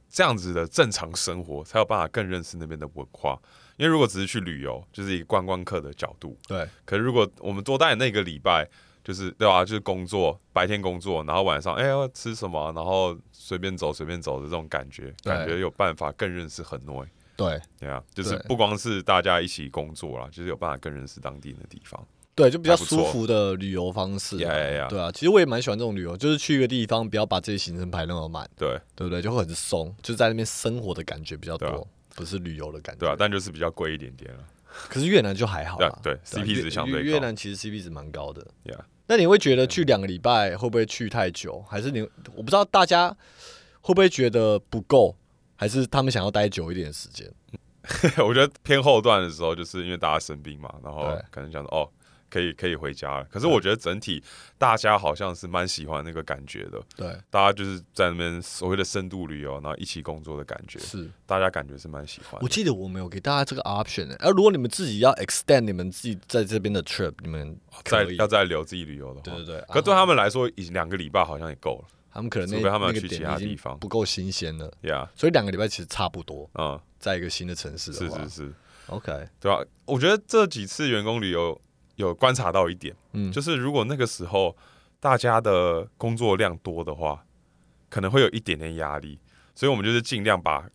Speaker 2: 这样子的正常生活，才有办法更认识那边的文化。因为如果只是去旅游，就是以观光客的角度，
Speaker 1: 对，
Speaker 2: 可是如果我们多待那个礼拜，就是对吧、就是工作，白天工作，然后晚上哎要吃什么，然后随便走随便走的这种感觉，
Speaker 1: 对
Speaker 2: 感觉有办法更认识很多。
Speaker 1: 对。
Speaker 2: 对啊，就是
Speaker 1: 对
Speaker 2: 不光是大家一起工作啦，就是有办法更认识当地的地方。
Speaker 1: 对，就比较
Speaker 2: 还不错
Speaker 1: 舒服的旅游方式啊、
Speaker 2: Yeah, yeah, yeah
Speaker 1: 对啊，其实我也蛮喜欢这种旅游，就是去一个地方，不要把自己行程排那么满，
Speaker 2: 对
Speaker 1: 对不对？就会很松，就在那边生活的感觉比较多，
Speaker 2: 对啊
Speaker 1: 不是旅游的感觉。
Speaker 2: 对啊，但就是比较贵一点点了。
Speaker 1: 可是越南就还好啦
Speaker 2: 对啊对 CP 值
Speaker 1: 越
Speaker 2: 相对
Speaker 1: 越
Speaker 2: 高
Speaker 1: 越南其实 CP 值蛮高的。
Speaker 2: Yeah，
Speaker 1: 那你会觉得去两个礼拜会不会去太久？还是你我不知道大家会不会觉得不够，还是他们想要待久一点的时间？
Speaker 2: 我觉得偏后段的时候，就是因为大家生病嘛，然后
Speaker 1: 对
Speaker 2: 可能想说哦，可以可以回家了。可是我觉得整体大家好像是蛮喜欢那个感觉的，
Speaker 1: 对，
Speaker 2: 大家就是在那边所谓的深度旅游，然后一起工作的感觉，
Speaker 1: 是。
Speaker 2: 大家感觉是蛮喜欢
Speaker 1: 我
Speaker 2: 的。
Speaker 1: 记得我没有给大家这个 option 哎、而如果你们自己要 extend 你们自己在这边的 trip，你们
Speaker 2: 再
Speaker 1: 可以
Speaker 2: 要再留自己旅游的话，
Speaker 1: 对对啊对
Speaker 2: 可对他们来说，已经两个礼拜好像也够了
Speaker 1: 他们可能那
Speaker 2: 除非他们要
Speaker 1: 那个
Speaker 2: 去
Speaker 1: 点
Speaker 2: 其他
Speaker 1: 已经
Speaker 2: 地方
Speaker 1: 不够新鲜了，
Speaker 2: ，Yeah，
Speaker 1: 所以两个礼拜其实差不多，
Speaker 2: 嗯，
Speaker 1: 在一个新的城市
Speaker 2: 是
Speaker 1: 的话
Speaker 2: 是是，
Speaker 1: o k
Speaker 2: 对啊，我觉得这几次员工旅游有观察到一点，
Speaker 1: 嗯
Speaker 2: 就是如果那个时候大家的工作量多的话，可能会有一点点压力，所以我们就是尽量把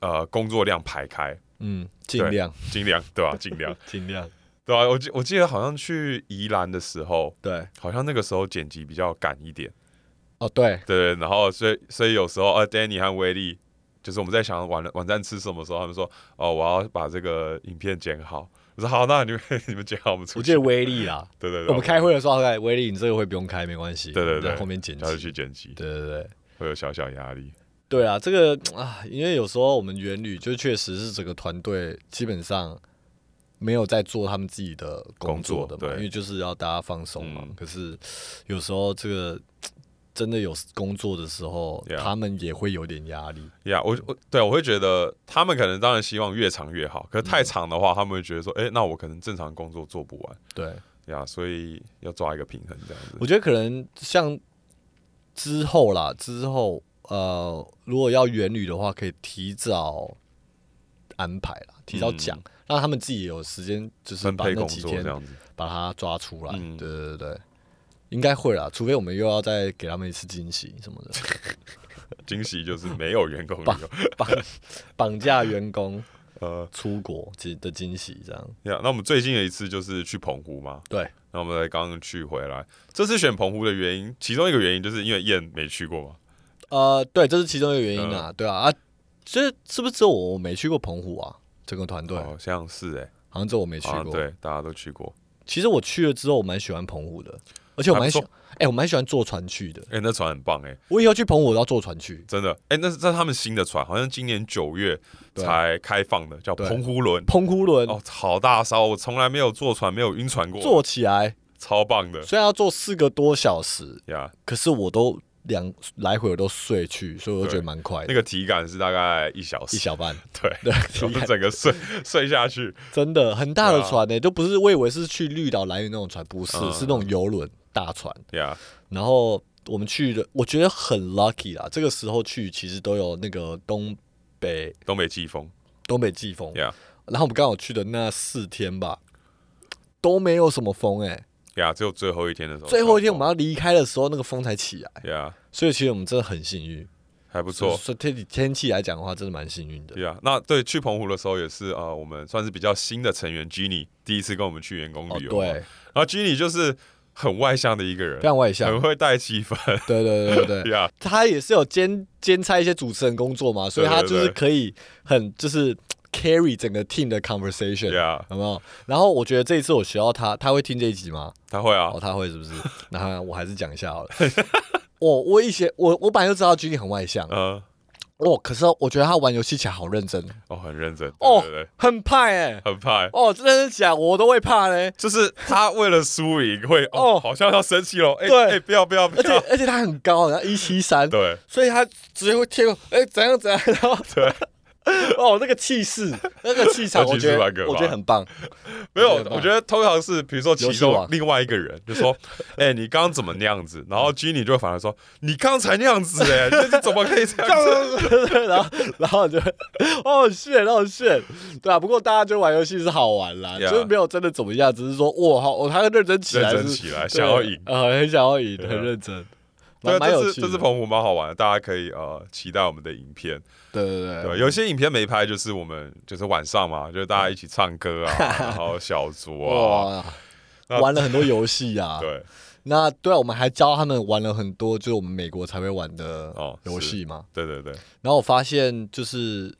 Speaker 2: 呃工作量排开，
Speaker 1: 嗯，尽量
Speaker 2: 尽量对吧、尽量
Speaker 1: 尽量，
Speaker 2: 对啊，我记我记得好像去宜兰的时候，
Speaker 1: 对，
Speaker 2: 好像那个时候剪辑比较赶一点，
Speaker 1: 哦对，
Speaker 2: 对，然后所以所以有时候呃，Danny 和威力，就是我们在想晚晚餐吃什么的时候，他们说哦，我要把这个影片剪好。我说好，那你们 你们剪好，我们出去。
Speaker 1: 我记得威力啦，
Speaker 2: 对对对，
Speaker 1: 我们开会的时候，OK，威力你这个会不用开，没关系，
Speaker 2: 对对
Speaker 1: 你
Speaker 2: 对，
Speaker 1: 在后面剪辑
Speaker 2: 然，后就去剪辑，
Speaker 1: 对对对。
Speaker 2: 会有小小压力。
Speaker 1: 对啊，这个啊，因为有时候我们原旅就确实是整个团队基本上没有在做他们自己的工作的
Speaker 2: 工作
Speaker 1: 嘛，
Speaker 2: 对
Speaker 1: 因为就是要大家放松嘛。
Speaker 2: 嗯
Speaker 1: 可是有时候这个真的有工作的时候
Speaker 2: Yeah
Speaker 1: 他们也会有点压力。
Speaker 2: 呀、我我对我会觉得他们可能当然希望越长越好，可是
Speaker 1: 嗯
Speaker 2: 太长的话，他们会觉得说，哎、那我可能正常工作做不完
Speaker 1: 对，
Speaker 2: 呀所以要抓一个平衡这样子
Speaker 1: 我。觉得可能像之后啦，之后呃，如果要远旅的话，可以提早安排啦，提早讲，让他们自己有时间，就是
Speaker 2: 嗯分
Speaker 1: 把
Speaker 2: 配
Speaker 1: 那
Speaker 2: 工
Speaker 1: 几
Speaker 2: 作
Speaker 1: 天
Speaker 2: 这样子，
Speaker 1: 把它抓出来。
Speaker 2: 嗯
Speaker 1: 对对对对，应该会啦，除非我们又要再给他们一次惊喜什 么的，
Speaker 2: 惊喜就是没有员工旅游。
Speaker 1: 绑绑架员工
Speaker 2: 呃，
Speaker 1: 出国其的惊喜这样。
Speaker 2: 呀、那我们最近的一次就是去澎湖嘛，
Speaker 1: 对，
Speaker 2: 那我们才刚刚去回来。这次选澎湖的原因，其中一个原因就是因为燕没去过嘛。
Speaker 1: 呃，对，这是其中一个原因啊，
Speaker 2: 嗯
Speaker 1: 对啊啊，这是不是只有我没去过澎湖啊？整个团队
Speaker 2: 好像是哎、
Speaker 1: 好像只有我没去
Speaker 2: 好像
Speaker 1: 过。
Speaker 2: 对，大家都去过。
Speaker 1: 其实我去了之后，我蛮喜欢澎湖的，而且我蛮喜
Speaker 2: 还，
Speaker 1: 哎、我蛮喜欢坐船去的。
Speaker 2: 哎、那船很棒哎、
Speaker 1: 我以后去澎湖我都要坐船去。
Speaker 2: 真的，哎、那是这是他们新的船，好像今年九月
Speaker 1: 对
Speaker 2: 才开放的，叫
Speaker 1: 对
Speaker 2: 澎湖轮。
Speaker 1: 澎湖轮、
Speaker 2: 哦，好大艘，我从来没有坐船，没有晕船过，
Speaker 1: 坐起来，
Speaker 2: 超棒的
Speaker 1: 虽然要坐四个多小时，
Speaker 2: 呀
Speaker 1: 可是我都两来回我都睡去，所以我就觉得
Speaker 2: 对
Speaker 1: 蛮快
Speaker 2: 那
Speaker 1: 的，
Speaker 2: 个体感是大概一小
Speaker 1: 哎
Speaker 2: 时，
Speaker 1: 一小半，
Speaker 2: 对，
Speaker 1: 对，
Speaker 2: 我
Speaker 1: 体
Speaker 2: 们
Speaker 1: 感
Speaker 2: 整个睡睡下去，
Speaker 1: 真的很大的
Speaker 2: 对啊
Speaker 1: 船呢、欸都不是我以为是去绿岛、蓝屿那种船，不是，
Speaker 2: 嗯
Speaker 1: 是那种游轮大船，
Speaker 2: 呀、
Speaker 1: 然后我们去的，我觉得很 lucky 啦。这个时候去其实都有那个东北
Speaker 2: 东北季风
Speaker 1: 东北季风，
Speaker 2: ，Yeah
Speaker 1: 然后我们刚好去的那四天吧，都没有什么风哎、
Speaker 2: Yeah，只有最后一天的时候，
Speaker 1: 最后一天我们要离开的时候，那个风才起来，
Speaker 2: Yeah
Speaker 1: 所以其实我们真的很幸运。
Speaker 2: 还不错
Speaker 1: 所。以天气天气来讲的话，真的蛮幸运的。
Speaker 2: 对啊，那对去澎湖的时候也是啊、呃我们算是比较新的成员 Jenny 第一次跟我们去员工
Speaker 1: 哦，
Speaker 2: 旅游、
Speaker 1: 对，，
Speaker 2: 然后 Jenny 就是很外向的一个人
Speaker 1: 非，常外向
Speaker 2: 很，会带气氛，
Speaker 1: 对对对对 对，
Speaker 2: 对啊，
Speaker 1: 他也是有兼兼差一些主持人工作嘛，所以他就是可以很就是 carry 整个 team 的 conversation，
Speaker 2: 对啊，
Speaker 1: 有没有？然后我觉得这一次我学到他，他会听这一集吗？
Speaker 2: 他会啊
Speaker 1: 哦，，他会是不 是？那我还是讲一下 好了。我我以前我我本来就知道 G D 很外 向，
Speaker 2: 呃，
Speaker 1: 哦，可是我觉得他玩游戏起来好认真
Speaker 2: 哦，很认真，对
Speaker 1: 哦
Speaker 2: 对对，，
Speaker 1: 很派哎、
Speaker 2: 很派。
Speaker 1: 哦，真的假的我都会怕 嘞，
Speaker 2: 就是他为了输赢会哦，
Speaker 1: 哦
Speaker 2: 好像要生气了，哎、
Speaker 1: 对
Speaker 2: 哎不要不要不
Speaker 1: 而且
Speaker 2: 要，
Speaker 1: 而且他很高，然后一七三，
Speaker 2: 对
Speaker 1: 所以他直接会贴过，哎、怎样怎 样，然后
Speaker 2: 对，
Speaker 1: 哦，那个气势，那个气场，
Speaker 2: 那
Speaker 1: 我
Speaker 2: 其实
Speaker 1: 觉得
Speaker 2: 蛮可怕
Speaker 1: 我觉得很棒。
Speaker 2: 没有
Speaker 1: 我觉得，吧
Speaker 2: 我觉得通常是比如说其
Speaker 1: 游戏
Speaker 2: 中
Speaker 1: 王
Speaker 2: 另外一个人就说，哎、你刚刚怎么那样子？然
Speaker 1: 嗯
Speaker 2: 后 Jenny 就会反而说，你刚才那样子、哎，这这怎么可 以这样子？
Speaker 1: 然后然后就哦炫哦炫，对啊。不过大家就玩游戏是好玩啦
Speaker 2: Yeah
Speaker 1: 就是没有真的怎么样，只是说哇好，哦他认真起来是，
Speaker 2: 认真起来
Speaker 1: 对
Speaker 2: 想要赢
Speaker 1: 呃，很想要赢，
Speaker 2: 啊
Speaker 1: 很认真。
Speaker 2: 对，啊
Speaker 1: 蛮蛮有
Speaker 2: 这
Speaker 1: 趣
Speaker 2: 次
Speaker 1: 的
Speaker 2: 这次澎湖蛮好玩的，大家可以呃期待我们的影片。
Speaker 1: 对对
Speaker 2: 对，
Speaker 1: 对，
Speaker 2: 有些影片没拍，就是我们就是晚上嘛，就是
Speaker 1: 哎
Speaker 2: 大家一起唱歌 啊，然后小酌啊，
Speaker 1: 哇，
Speaker 2: 那
Speaker 1: 玩了很多游戏啊。
Speaker 2: 对，
Speaker 1: 那对啊，我们还教他们玩了很多，就是我们美国才会玩的
Speaker 2: 哦
Speaker 1: 游戏嘛。
Speaker 2: 对对对。
Speaker 1: 然后我发现就是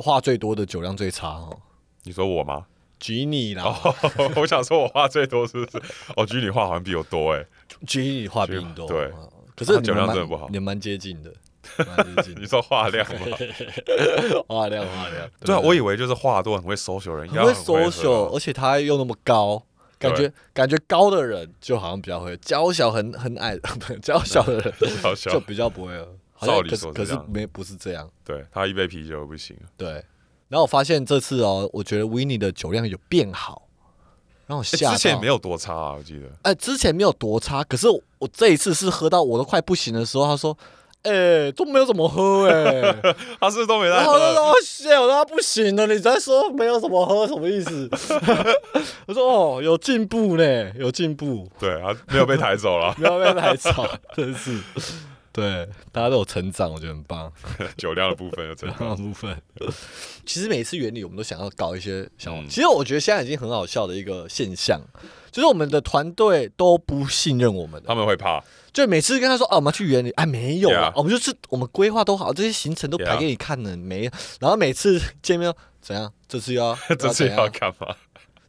Speaker 1: 话最多的酒量最差哦，
Speaker 2: 你说我吗？
Speaker 1: 吉你啦，
Speaker 2: 哦， 我想说我话最多是不是？哦，居你话好像比我多哎。
Speaker 1: 吉你话比 E 你多，
Speaker 2: E 对
Speaker 1: 嗯，可是
Speaker 2: 他酒量真的不好
Speaker 1: 也蛮接近的，蛮接近
Speaker 2: 你
Speaker 1: 的，哦
Speaker 2: 说话量 吗？
Speaker 1: 话量话量，
Speaker 2: 对啊，我以为就是话多很会 social 人，应该
Speaker 1: 很会
Speaker 2: 很 喝
Speaker 1: social，而且他又那么高。感觉感觉高的人就好像比较会，娇小很很矮， 不娇小的 人
Speaker 2: 好
Speaker 1: 就
Speaker 2: 笑。
Speaker 1: 比较不会了。好像
Speaker 2: 照理
Speaker 1: 可是
Speaker 2: 说是
Speaker 1: 可是
Speaker 2: 这样
Speaker 1: 没不是这样，
Speaker 2: 对他一杯啤酒不行，
Speaker 1: 对。然后我发现这次哦，我觉得 w i n n i e 的酒量有变好，让我
Speaker 2: 哎
Speaker 1: 吓到。
Speaker 2: 之前没有多差啊，我记得。
Speaker 1: 哎、之前没有多差，可是我我这一次是喝到我都快不行的时候，他说：“哎、都没有怎么喝哎、
Speaker 2: 他是不是都没在
Speaker 1: 然后我就
Speaker 2: 喝。
Speaker 1: 说：“哦，谢，我说不行了，你在说没有怎么喝什么意 思？”我说：“哦，有进步呢，有进步，
Speaker 2: 对，他没有被抬走了，
Speaker 1: 不要被来吵， 真是。”对，大家都有成长，我觉得很棒。
Speaker 2: 酒量的部分就真的。
Speaker 1: 那部分，其实每一次原理我们都想要搞一些小。
Speaker 2: 嗯
Speaker 1: 其实我觉得现在已经很好笑的一个现象，就是我们的团队都不信任我们了。
Speaker 2: 他们会怕，
Speaker 1: 就每次跟他说啊，我们要去园里，哎，没有
Speaker 2: Yeah.
Speaker 1: 啊，我们就是我们规划都好，这些行程都
Speaker 2: Yeah.
Speaker 1: 排给你看了没？然后每次见面怎样？ 这次要
Speaker 2: 这次
Speaker 1: 要怎
Speaker 2: 要
Speaker 1: 样
Speaker 2: 干嘛？？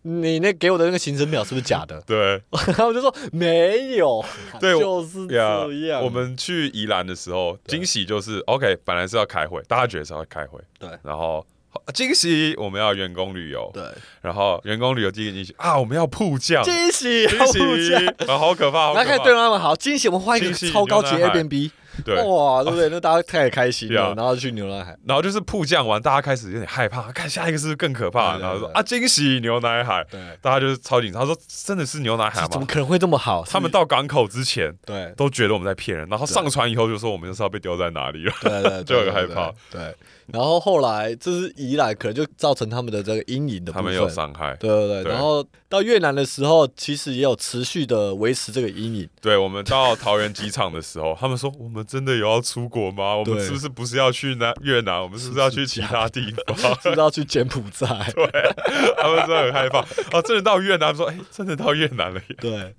Speaker 1: 你那给我的那个行程表是不是假的
Speaker 2: 对，
Speaker 1: 然后我就说没有，
Speaker 2: 对我
Speaker 1: 就是这
Speaker 2: 呀
Speaker 1: 样。
Speaker 2: 我们去宜兰的时候，惊喜就是 OK，本来是要开会，大家觉得是要开会，
Speaker 1: 对
Speaker 2: 然后惊喜我们要员工旅游，
Speaker 1: 对
Speaker 2: 然后员工旅游第一个惊喜啊，我们要铺酱，
Speaker 1: 惊喜，
Speaker 2: 惊喜
Speaker 1: 物价，
Speaker 2: 啊，好可怕，好
Speaker 1: 然后开
Speaker 2: 可
Speaker 1: 始对
Speaker 2: 怕，
Speaker 1: 他们好，惊喜，我们换一个
Speaker 2: 惊喜
Speaker 1: 超高级
Speaker 2: 牛奶海
Speaker 1: Airbnb，
Speaker 2: 对。
Speaker 1: 哇，对不对？那大家太开心
Speaker 2: Yeah.
Speaker 1: 了，然后去牛奶海，
Speaker 2: 然后就是铺酱完，大家开始有点害怕，看下一个是不是更可怕？
Speaker 1: 对对
Speaker 2: 然后说
Speaker 1: 对
Speaker 2: 啊，惊喜牛奶海，
Speaker 1: 对，
Speaker 2: 大家就是超紧张。他说真的是牛奶海
Speaker 1: 这怎么
Speaker 2: 吗？
Speaker 1: 可能会这么好？
Speaker 2: 他们到港口之前
Speaker 1: 对
Speaker 2: 都觉得我们在骗人，然后上船以后就说我们就是要被丢在哪里了。
Speaker 1: 对对，对
Speaker 2: 就很
Speaker 1: 对
Speaker 2: 害怕
Speaker 1: 对，对然后后来这是宜兰，可能就造成他们的这个阴影的部
Speaker 2: 他
Speaker 1: 分。
Speaker 2: 们有伤害，
Speaker 1: 对对对，
Speaker 2: 对
Speaker 1: 然后到越南的时候，其实也有持续的维持这个阴 影。
Speaker 2: 对我们到桃园机场的时候，他们说我们真的有要出国吗？我们
Speaker 1: 对
Speaker 2: 是不是不是要去南越南？我们是不是要去其他地方？
Speaker 1: 是不是要去柬埔寨？
Speaker 2: 他们真的很害怕啊！真的到越南，他们说哎、真的到越南了耶！
Speaker 1: 对，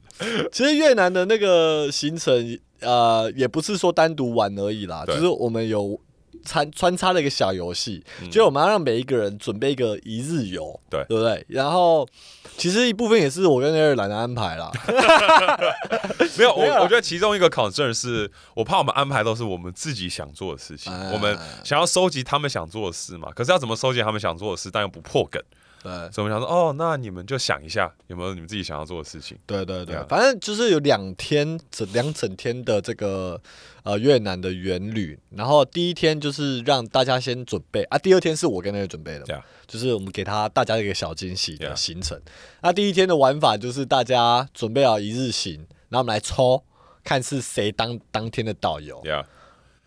Speaker 1: 其实越南的那个行程，呃，也不是说单独玩而已啦，
Speaker 2: 对
Speaker 1: 就是我们有参穿插了一个小游戏，
Speaker 2: 嗯
Speaker 1: 就是我们要让每一个人准备一个一日游，
Speaker 2: 对
Speaker 1: 对不对？然后其实一部分也是我跟爱尔兰的安排啦，
Speaker 2: 没有，我
Speaker 1: 没有啦
Speaker 2: 我觉得其中一个 concern 是我怕我们安排都是我们自己想做的事情，
Speaker 1: 啊
Speaker 2: 我们想要收集他们想做的事嘛。可是要怎么收集他们想做的事，但又不破梗？
Speaker 1: 对。
Speaker 2: 所以我们想说，哦，那你们就想一下有没有你们自己想要做的事情。
Speaker 1: 对对对
Speaker 2: 对啊，
Speaker 1: 反正就是有两天整两整天的这个呃越南的远旅，然后第一天就是让大家先准备啊，第二天是我跟那个准备的嘛，
Speaker 2: 对啊，
Speaker 1: 就是我们给他大家一个小惊喜
Speaker 2: Yeah
Speaker 1: 的啊行程。那第一天的玩法就是大家准备好一日行，然后我们来抽看是谁当当天的导游。
Speaker 2: ，Yeah，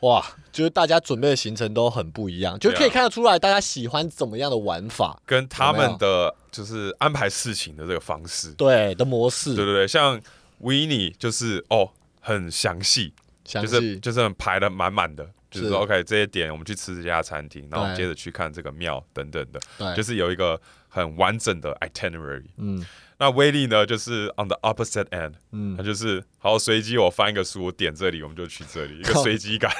Speaker 1: 哇，就是大家准备的行程都很不一样，就可以
Speaker 2: Yeah
Speaker 1: 看得出来大家喜欢怎么样的玩法，
Speaker 2: 跟他
Speaker 1: 有没
Speaker 2: 们
Speaker 1: 有
Speaker 2: 的就是安排事情的这个方式，
Speaker 1: 对的模式，
Speaker 2: 对对对，像维尼就是哦，很详细，
Speaker 1: 详
Speaker 2: 就
Speaker 1: 细、
Speaker 2: 是就是很排的满满的，就是
Speaker 1: 是
Speaker 2: 说 OK 这些点我们去吃这家餐厅，然后我们
Speaker 1: 对
Speaker 2: 接着去看这个庙等等的，
Speaker 1: 对，
Speaker 2: 就是有一个很完整的 itinerary。
Speaker 1: 嗯
Speaker 2: 那威力呢，就是 on the opposite end，他
Speaker 1: 嗯，
Speaker 2: 就是好随机，我翻一个书，我点这里，我们就去这里，一个
Speaker 1: 靠
Speaker 2: 随机感、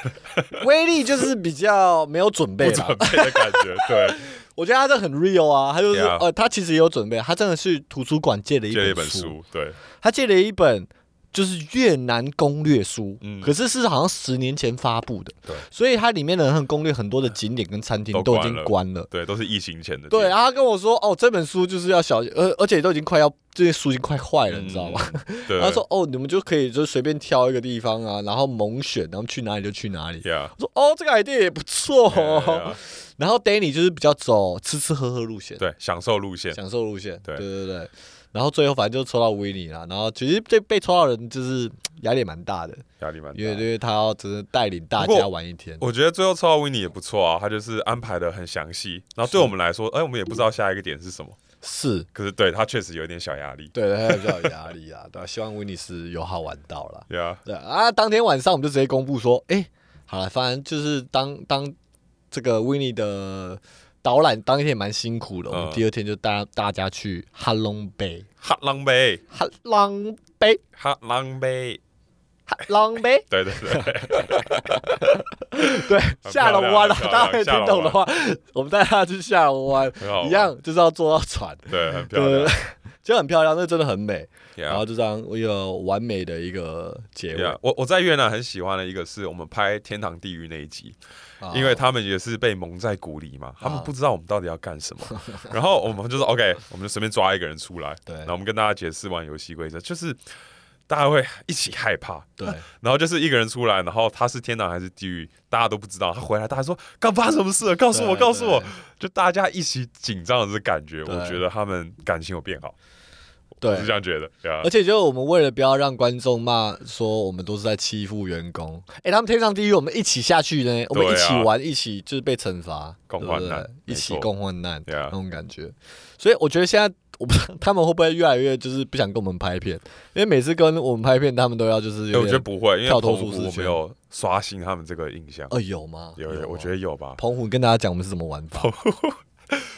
Speaker 1: 威力就是比较没有准备
Speaker 2: 不
Speaker 1: 啦
Speaker 2: 准，备的感觉。对，
Speaker 1: 我觉得他这很 real 啊，他就是
Speaker 2: Yeah
Speaker 1: 呃，他其实也有准备，他真的是图书馆借了 一
Speaker 2: 借了一
Speaker 1: 本
Speaker 2: 本
Speaker 1: 书，
Speaker 2: 书，对，
Speaker 1: 他借了一本就是越南攻略书，
Speaker 2: 嗯
Speaker 1: 可是是好像十年前发布的
Speaker 2: 对，
Speaker 1: 所以它里面的很攻略很多的景点跟餐厅
Speaker 2: 都
Speaker 1: 都已
Speaker 2: 关
Speaker 1: 经
Speaker 2: 了
Speaker 1: 关了。
Speaker 2: 对，都是疫情前的。
Speaker 1: 对，然，后他跟我说，哦，这本书就是要小，呃而而且都已经快要这些书已经快坏了，你知道吗？
Speaker 2: 嗯对，
Speaker 1: 然 后他说，哦，你们就可以就随便挑一个地方啊，然后蒙选，然后去哪里就去哪里。
Speaker 2: ，Yeah，
Speaker 1: 我说，哦，这个 idea 也不错、哦。
Speaker 2: yeah，yeah，yeah
Speaker 1: 然后 Danny 就是比较走吃吃喝喝路线，
Speaker 2: 啊对，享受路线，
Speaker 1: 享受路线，
Speaker 2: 对
Speaker 1: 对对对。然后最后反正就抽到维尼啦，然后其实这被抽到的人就是压力蛮大的，
Speaker 2: 压力蛮大
Speaker 1: 因为因。为他要只是带领大
Speaker 2: 不过
Speaker 1: 家玩一天，
Speaker 2: 我觉得最后抽到维尼也不错啊，他就是安排的很详细，然后对我们来说，哎、我们也不知道下一个点是什么，
Speaker 1: 是
Speaker 2: 可是对他确实有一点小压力。
Speaker 1: 对，他比较有压力啦， 对吧、啊希望维尼是有好玩到啦。
Speaker 2: 对啊，
Speaker 1: 对啊，当天晚上我们就直接公布说，哎、好了，反正就是当当这个维尼的导览当天也蛮辛苦的，我
Speaker 2: 嗯
Speaker 1: 们第二天就带大家去哈龙bay，
Speaker 2: 哈浪杯，
Speaker 1: 哈浪bay，
Speaker 2: 哈浪杯，
Speaker 1: 哈浪bay，
Speaker 2: 对对对，
Speaker 1: 对，
Speaker 2: 很
Speaker 1: 下
Speaker 2: 漂
Speaker 1: 龙湾了
Speaker 2: 亮很漂亮，
Speaker 1: 大家没听懂的话，我们带他去下龙湾
Speaker 2: 很好，玩
Speaker 1: 一样呃就是要坐到船，
Speaker 2: 对，很哦漂
Speaker 1: 对
Speaker 2: 亮。，
Speaker 1: 就很漂亮，那真的很美，然后
Speaker 2: Yeah，
Speaker 1: 就这样一个完美的一个结尾
Speaker 2: yeah，我我在越南很喜欢的一个是我们拍《天堂地狱》那一集，
Speaker 1: 啊
Speaker 2: 因为他们也是被蒙在鼓里嘛，他们不知道我们到底要干什么。 然后我们就是 OK，我们就随便抓一个人出来，
Speaker 1: 对
Speaker 2: 然后我们跟大家解释完游戏规则，就是大家会一起害怕，
Speaker 1: 对
Speaker 2: 然后就是一个人出来，然后他是天堂还是地狱，大家都不知道。他回来，大家说刚发生什么事了？告诉我，
Speaker 1: 对
Speaker 2: 告诉我
Speaker 1: 对！
Speaker 2: 就大家一起紧张的这个感觉，
Speaker 1: 对
Speaker 2: 我觉得他们感情有变好，我
Speaker 1: 对
Speaker 2: 是这。样觉得。对啊
Speaker 1: 而，且就是我们为了不要让观众骂说我们都是在欺负员工，哎、他们天上地狱，我们一起下去呢，我们一起玩，一起就是被惩罚，
Speaker 2: 啊共
Speaker 1: 对不对
Speaker 2: 患难
Speaker 1: 一
Speaker 2: 没
Speaker 1: 起
Speaker 2: 错
Speaker 1: 共患难
Speaker 2: Yeah
Speaker 1: 那种感觉。所以我觉得现在我不知道 他们会不会越来越就是不想跟我们拍片，因为每次跟我们拍片，他们都要就是
Speaker 2: 哎
Speaker 1: 有
Speaker 2: 我觉得
Speaker 1: 点，
Speaker 2: 不会，因为
Speaker 1: 跳脱
Speaker 2: 澎湖
Speaker 1: 舒适
Speaker 2: 我
Speaker 1: 圈
Speaker 2: 没有刷新他们这个印象。
Speaker 1: 呃，有吗？
Speaker 2: 有有，我觉
Speaker 1: 得
Speaker 2: 得有吧。
Speaker 1: 澎湖跟大家讲我们是怎么玩 法，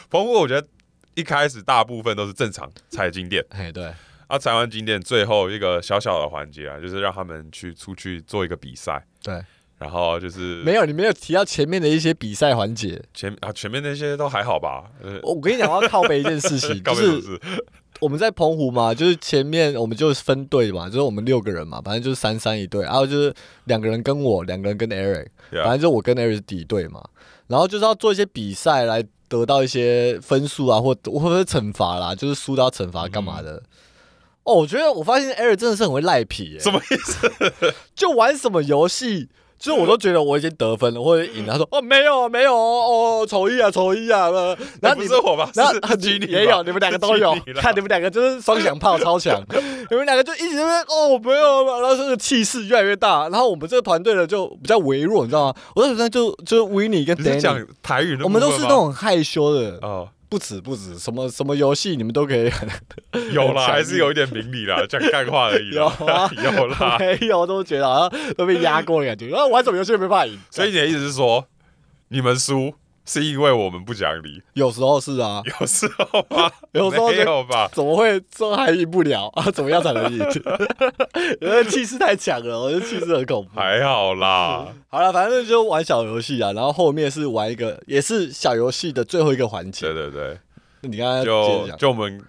Speaker 2: 澎湖我觉得一开始大部分都是正常踩景点，
Speaker 1: 哎，对，
Speaker 2: 啊，踩完景点最后一个小小的环节啊，就是让他们去出去做一个比赛，
Speaker 1: 对，
Speaker 2: 然后就是
Speaker 1: 没有，你没有提到前面的一些比赛环节。
Speaker 2: 前啊前面那些都还好吧。呃
Speaker 1: 我跟你讲，我要靠背一件事 情，
Speaker 2: 告
Speaker 1: 就
Speaker 2: 别什么
Speaker 1: 是
Speaker 2: 事
Speaker 1: 我们在澎湖嘛，就是前面我们就是分队嘛，就是我们六个人嘛，反正就是三三一队，然后就是两个人跟我，两个人跟 Eric，
Speaker 2: Yeah
Speaker 1: 反正就我跟 Eric 是敌对嘛，然后就是要做一些比赛来得到一些分数啊，或或者是惩罚啦，就是输到惩
Speaker 2: 嗯
Speaker 1: 罚干嘛的。哦，我觉得我发现 Eric 真的是很会赖皮、欸，
Speaker 2: 什么意思？
Speaker 1: 就玩什么游戏，就是我都觉得我已经得分了或者赢了，他说哦没有啊没有哦哦丑一啊丑一啊，呃 然
Speaker 2: 那
Speaker 1: 后
Speaker 2: 不
Speaker 1: 你
Speaker 2: 是我 吧？
Speaker 1: 然后
Speaker 2: 是是基尼吧
Speaker 1: 也有，你们两个都有
Speaker 2: 是基尼，啦
Speaker 1: 看你们两个就是双响炮超 强，你们两个就一直在那边哦没有，然后这个气势越来越大，然后我们这个团队的就比较微弱，你知道吗？我那时候就就维尼跟
Speaker 2: 你是
Speaker 1: Danny，
Speaker 2: 讲台语的部分吗？
Speaker 1: 我们都是那种很害羞的，
Speaker 2: 哦，
Speaker 1: 不止不止，什么什么游戏你们都可 以， 很强
Speaker 2: 有啦，
Speaker 1: 硬
Speaker 2: 还是有一点明 理啦，讲干话而已啦。
Speaker 1: 有啊
Speaker 2: 有啦。
Speaker 1: 没有都觉得好像都被压过的感觉，然后玩什么游戏也没办法赢，
Speaker 2: 所以你的意思是说，你们输是因为我们不讲理，
Speaker 1: 有时候是啊，
Speaker 2: 有啊时候吧？
Speaker 1: 有时候
Speaker 2: 没
Speaker 1: 就
Speaker 2: 有吧？
Speaker 1: 怎么会这还赢不了啊？怎么样才能赢？ 因为气势太强了，我觉得气势很恐怖。
Speaker 2: 还好 啦，
Speaker 1: 好了，反正就玩小游戏啊，然后后面是玩一个也是小游戏的最后一个环
Speaker 2: 对
Speaker 1: 节。
Speaker 2: 对对，
Speaker 1: 你刚刚
Speaker 2: 就
Speaker 1: 接着讲
Speaker 2: 就我们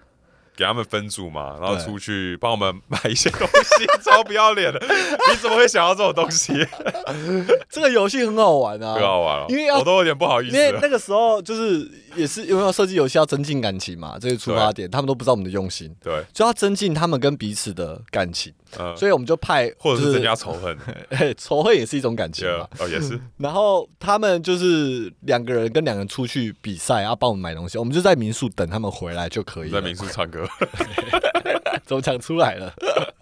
Speaker 2: 给他们分组嘛，然后
Speaker 1: 对
Speaker 2: 出去帮我们买一些东 西，超不要脸的！你怎么会想要这种东西？
Speaker 1: 这个游戏很好玩啊，
Speaker 2: 不好玩了，
Speaker 1: 因为要
Speaker 2: 我都有点不好意
Speaker 1: 因
Speaker 2: 思
Speaker 1: 为
Speaker 2: 了。
Speaker 1: 那个时候就是也是因为要设计游戏要增进感情嘛，这是出发点，他们都不知道我们的用心，
Speaker 2: 对，
Speaker 1: 就要增进他们跟彼此的感情，
Speaker 2: 嗯，
Speaker 1: 所以我们就派
Speaker 2: 或者
Speaker 1: 就是
Speaker 2: 增加仇恨，
Speaker 1: 嘿仇恨也是一种感 情
Speaker 2: 对
Speaker 1: 嘛
Speaker 2: 啊。哦，也是，
Speaker 1: 然后他们就是两个人跟两个人出去比赛，要、啊、帮我们买东西，我们就在民宿等他们回来就可以
Speaker 2: 在
Speaker 1: 了。
Speaker 2: 民宿唱歌，
Speaker 1: 怎么讲出来了？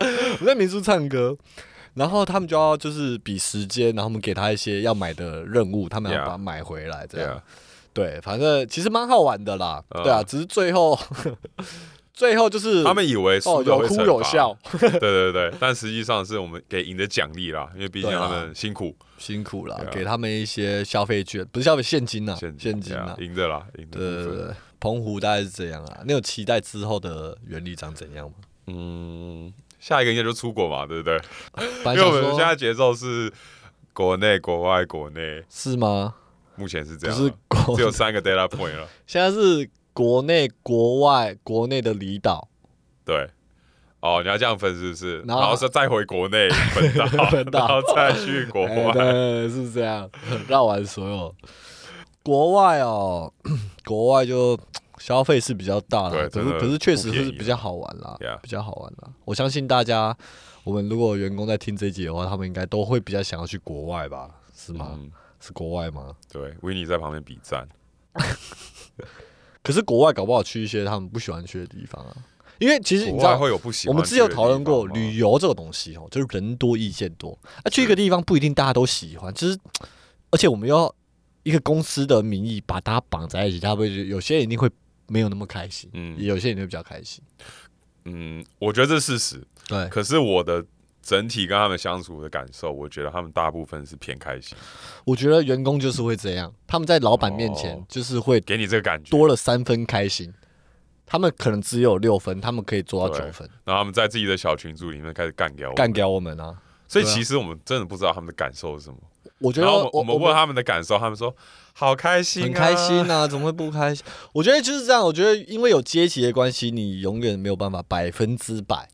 Speaker 1: 我们在民宿唱歌，然后他们就要就是比时间，然后我们给他一些要买的任务，他们要
Speaker 2: Yeah
Speaker 1: 把它买回来，这
Speaker 2: 对
Speaker 1: 样
Speaker 2: 啊，
Speaker 1: 对，反正其实蛮好玩的啦，
Speaker 2: 嗯
Speaker 1: 对啊，只是最后 最后就是
Speaker 2: 他们以为
Speaker 1: 哦
Speaker 2: 输了
Speaker 1: 有
Speaker 2: 会
Speaker 1: 哭
Speaker 2: 惩
Speaker 1: 有
Speaker 2: 罚，
Speaker 1: 笑，
Speaker 2: 对对对，但实际上是我们给赢的奖励啦，因为毕竟
Speaker 1: 对啊
Speaker 2: 他们辛苦，
Speaker 1: 辛苦了
Speaker 2: 对，啊
Speaker 1: 给他们一些消费券，不是消费现金呐，
Speaker 2: 现
Speaker 1: 现金
Speaker 2: 对
Speaker 1: 呐
Speaker 2: 啊，赢的啦，赢的
Speaker 1: 对对
Speaker 2: 部
Speaker 1: 对
Speaker 2: 分
Speaker 1: 对，澎湖大概是这样啊。你有期待之后的原理长怎样吗？
Speaker 2: 嗯，下一个应该就出国嘛，对不 对？
Speaker 1: 本来
Speaker 2: 因为
Speaker 1: 想
Speaker 2: 我们现在
Speaker 1: 说，
Speaker 2: 节奏是国内、国外、国内，
Speaker 1: 是吗？
Speaker 2: 目前是
Speaker 1: 不
Speaker 2: 这样
Speaker 1: 是
Speaker 2: 啊，
Speaker 1: 国
Speaker 2: 只，有三个 data point 了。
Speaker 1: 现在是国内、国外、国内的离岛，
Speaker 2: 对，哦，你要这样分是不是？
Speaker 1: 然
Speaker 2: 然
Speaker 1: 后
Speaker 2: 后是再回国内分到，
Speaker 1: 分到
Speaker 2: 然后再去国
Speaker 1: 哎对
Speaker 2: 外。
Speaker 1: 对，对是这 样，绕完所有国外哦， 国外就消费是比较大了，
Speaker 2: 对
Speaker 1: 可
Speaker 2: 真
Speaker 1: 是
Speaker 2: 的
Speaker 1: 可是确实
Speaker 2: 不便
Speaker 1: 是
Speaker 2: 宜啊
Speaker 1: 比较好玩啦
Speaker 2: Yeah，
Speaker 1: 比较好玩啦。我相信大家，我们如果员工在听这一集的话，他们应该都会比较想要去国外吧？是吗？
Speaker 2: 嗯，
Speaker 1: 是国外吗？
Speaker 2: 对，维尼在旁边比赞。
Speaker 1: 可是国外搞不好去一些他们不喜欢去的地方啊，因为其实你
Speaker 2: 国
Speaker 1: 知道
Speaker 2: 外，会有不喜
Speaker 1: 我
Speaker 2: 欢
Speaker 1: 们之前有
Speaker 2: 去的
Speaker 1: 讨论
Speaker 2: 地
Speaker 1: 过
Speaker 2: 方吗
Speaker 1: 旅游这个东西哦，就是人多意见多啊，去一个地方不一定大家都喜欢，其实而且我们要一个公司的名义把大家绑在一起，他会觉得有些人一定会没有那么开心，
Speaker 2: 嗯
Speaker 1: 也有些人会比较开心，
Speaker 2: 嗯，我觉得这是事实。
Speaker 1: 对，
Speaker 2: 可是我的整体跟他们相处的感受，我觉得他们大部分是偏开心，
Speaker 1: 我觉得员工就是会这样，他们在老板面前
Speaker 2: 哦
Speaker 1: 就是会
Speaker 2: 给你这个感觉。
Speaker 1: 多了三分开心，他们可能只有六分，他们可以做到
Speaker 2: 对
Speaker 1: 九分，
Speaker 2: 然后他们在自己的小群组里面开始干掉我，
Speaker 1: 干。掉我们啊！
Speaker 2: 所以
Speaker 1: 对啊
Speaker 2: 其实我们真的不知道他们的感受是什么。
Speaker 1: 我觉
Speaker 2: 然
Speaker 1: 得
Speaker 2: 后我们
Speaker 1: 我
Speaker 2: 我们问他们的感受，他们说好开心、啊，
Speaker 1: 很开心啊，怎么会不开心？我觉得就是这样，我觉得因为有阶级的关系，你永远没有办法百分之百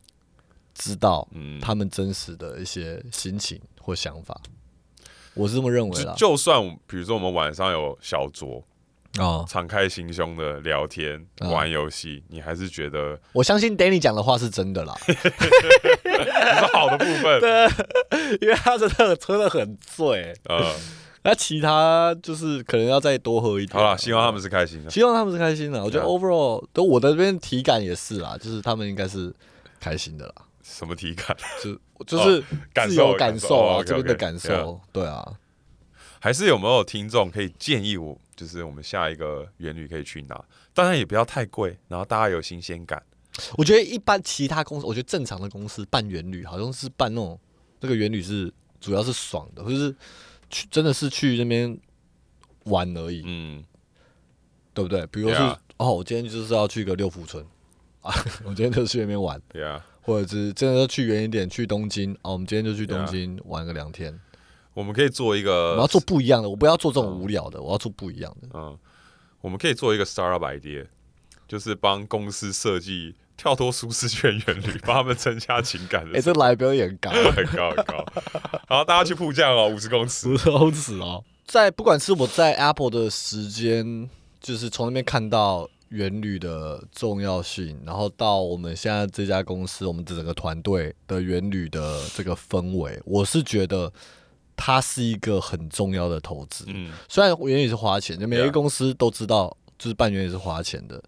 Speaker 1: 知道
Speaker 2: 嗯
Speaker 1: 他们真实的一些心情或想法。我是这么认为
Speaker 2: 就
Speaker 1: 啦。
Speaker 2: 就算我们比如说我们晚上有小酌，哦
Speaker 1: 啊，
Speaker 2: 敞开心胸的聊天、
Speaker 1: 嗯
Speaker 2: 玩游戏，你还是觉得
Speaker 1: 我相信 Danny 讲的话是真的啦，
Speaker 2: 是好的部分。
Speaker 1: 因为他真的喝的很醉，
Speaker 2: 呃，
Speaker 1: 那其他就是可能要再多喝一点。啊
Speaker 2: 好了，希望他们是开心的。
Speaker 1: 希望他们是开心的。我觉得
Speaker 2: 对啊
Speaker 1: overall 都我的这边体感也是啦，就是他们应该是开心的啦。
Speaker 2: 什么体感？
Speaker 1: 就就是
Speaker 2: 哦感
Speaker 1: 自由
Speaker 2: 受
Speaker 1: 感
Speaker 2: 感受
Speaker 1: 受啊，
Speaker 2: 哦
Speaker 1: 这边的
Speaker 2: OK，OK，
Speaker 1: 感受，对啊，
Speaker 2: 还是有没有听众可以建议我，就是我们下一个元旅可以去哪？当然也不要太贵，然后大家有新鲜感。
Speaker 1: 我觉得一般其他公司，我觉得正常的公司办元旅，好像是办那种那个元旅是主要是爽的，就是去真的是去那边玩而已，
Speaker 2: 嗯，
Speaker 1: 对不对？比如说是
Speaker 2: Yeah
Speaker 1: 哦，我今天就是要去个六福村啊， 我今天就去那边玩，
Speaker 2: 对啊，
Speaker 1: 或者是真的要去远一点，去东京哦，我们今天就去东京玩个两天。
Speaker 2: 我们可以做一
Speaker 1: 我
Speaker 2: 个，
Speaker 1: 要做不一样的，我不要做这种无聊的，我要做不一样的。
Speaker 2: 嗯，我们可以做一个 startup idea，就是帮公司设计跳脱舒适圈元旅，帮他们增加情感
Speaker 1: 哎，
Speaker 2: 的。
Speaker 1: 这来表演感。
Speaker 2: 很高很高，好，大家去铺酱哦，五十公 尺。
Speaker 1: 好耻哦！在不管是我在 Apple 的时间，就是从那边看到元旅的重要性，然后到我们现在这家公司，我们整个团队的元旅的这个氛围，我是觉得它是一个很重要的投资。
Speaker 2: 嗯，
Speaker 1: 虽然元宇是花钱，就每个
Speaker 2: Yeah
Speaker 1: 公司都知道，就是办元宇是花钱的。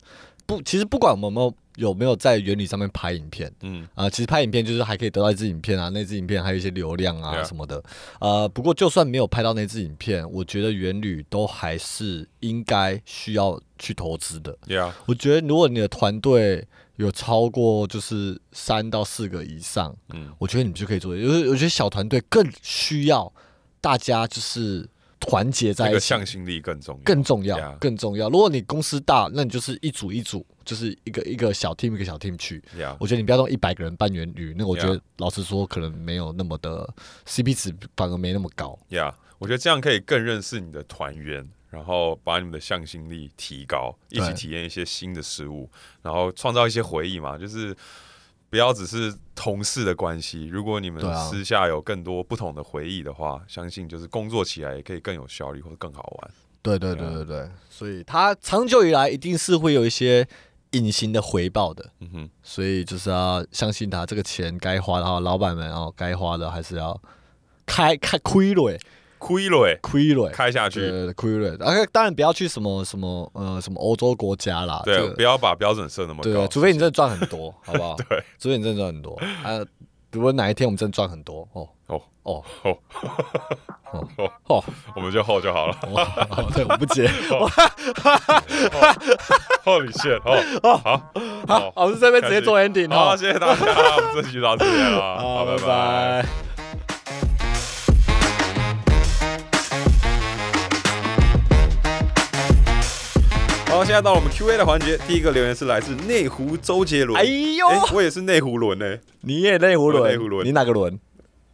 Speaker 1: 不，其实不管我们有没有有没有在元宇上面拍影片，
Speaker 2: 嗯
Speaker 1: 啊、其实拍影片就是还可以得到一支影片啊，那支影片还有一些流量啊
Speaker 2: Yeah
Speaker 1: 什么的。呃，不过就算没有拍到那支影片，我觉得元旅都还是应该需要去投资的。
Speaker 2: 嗯，Yeah，
Speaker 1: 我觉得如果你的团队有超过就是三到四个以上，
Speaker 2: 嗯
Speaker 1: 我觉得你们就可以做。就是我觉得小团队更需要大家就是团结在
Speaker 2: 那
Speaker 1: 一
Speaker 2: 个
Speaker 1: 起，
Speaker 2: 向心力更重要，
Speaker 1: 更重要
Speaker 2: Yeah
Speaker 1: 更重要。如果你公司大，那你就是一组一组，就是一个一个小 team 一个小 team 去。
Speaker 2: Yeah，
Speaker 1: 我觉得你不要用一百个人办元旅，那个我觉
Speaker 2: Yeah
Speaker 1: 得老实说，可能没有那么的 CP 值，反而没那么高。
Speaker 2: Yeah，我觉得这样可以更认识你的团员，然后把你们的向心力提高，一起
Speaker 1: 对
Speaker 2: 体验一些新的事物，然后创造一些回忆嘛，就是不要只是同事的关系。如果你们
Speaker 1: 对啊
Speaker 2: 私下有更多不同的回忆的话，相信就是工作起来也可以更有效率或者更好玩。
Speaker 1: 对对对
Speaker 2: 对啊
Speaker 1: 对对，所以它长久以来一定是会有一些隐形的回报的，
Speaker 2: 嗯哼，
Speaker 1: 所以就是要相信它，这个钱该花的哈，老板们哦，该花的还是要开开亏了
Speaker 2: 亏了欸
Speaker 1: 亏了。
Speaker 2: 开下
Speaker 1: 对
Speaker 2: 去，
Speaker 1: 对对，亏了。然后当然不要去什么什么呃什么欧洲国家啦，这
Speaker 2: 对，
Speaker 1: 个
Speaker 2: 不要把标准设那么
Speaker 1: 对，啊
Speaker 2: 高，
Speaker 1: 除非你真的赚很多，好不好？
Speaker 2: 对，
Speaker 1: 除非你真的赚很多，啊，如果哪一天我们真的赚很多，哦
Speaker 2: 哦
Speaker 1: 哦
Speaker 2: 哦
Speaker 1: 哦哦，
Speaker 2: 我们就后就 好了，
Speaker 1: 哦对，我不接，
Speaker 2: 后李线 哦，好，
Speaker 1: 好，我是这边直接做 ending
Speaker 2: 哦好，
Speaker 1: 哦，
Speaker 2: 谢谢大家，我们这期就到这里了，
Speaker 1: 好，
Speaker 2: 好，
Speaker 1: 拜
Speaker 2: 拜拜。
Speaker 1: 拜。
Speaker 2: 好，现在到了我们 Q&A 的环节，第一个留言是来自内湖周杰伦，
Speaker 1: 哎呦
Speaker 2: 诶我也是内湖伦呢、
Speaker 1: 你也内湖
Speaker 2: 我
Speaker 1: 轮，
Speaker 2: 内湖轮
Speaker 1: 你哪个轮？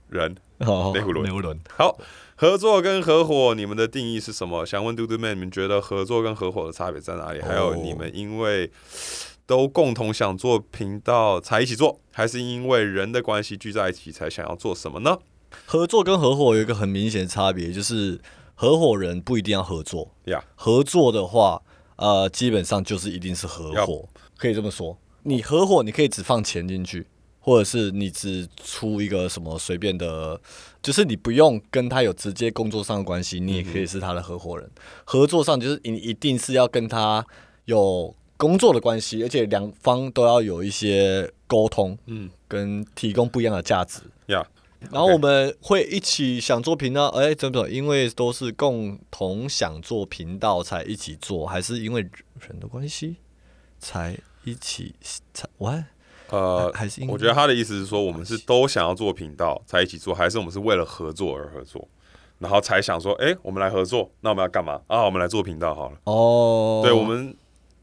Speaker 2: 人。
Speaker 1: 哦，
Speaker 2: 内湖轮
Speaker 1: 内湖轮。
Speaker 2: 好，合作跟合伙，你们的定义是什么？想问嘟嘟妹，你们觉得合作跟合伙的差别在哪里？还有
Speaker 1: 哦
Speaker 2: 你们因为都共同想做频道才一起做，还是因为人的关系聚在一起才想要做什么呢？
Speaker 1: 合作跟合伙有一个很明显的差别，就是合伙人不一定要合作，
Speaker 2: 呀、
Speaker 1: 合作的话，呃，基本上就是一定是合伙
Speaker 2: Yup，
Speaker 1: 可以这么说。你合伙，你可以只放钱进去，或者是你只出一个什么随便的，就是你不用跟他有直接工作上的关系，你也可以是他的合伙人。合作上就是你一定是要跟他有工作的关系，而且两方都要有一些沟通，嗯，跟提供不一样的价值。
Speaker 2: 呀，
Speaker 1: 然后我们会一起想做频道，哎，怎么怎么？因为都是共同想做频道才一起做，还是因为人的关系才一起才我
Speaker 2: 呃，
Speaker 1: 还还是因为
Speaker 2: 我觉得他的意思是说，我们是都想要做频道才一起做，还是我们是为了合作而合作，然后才想说，哎、我们来合作，那我们要干嘛啊？我们来做频道好了。
Speaker 1: 哦，
Speaker 2: 对我们，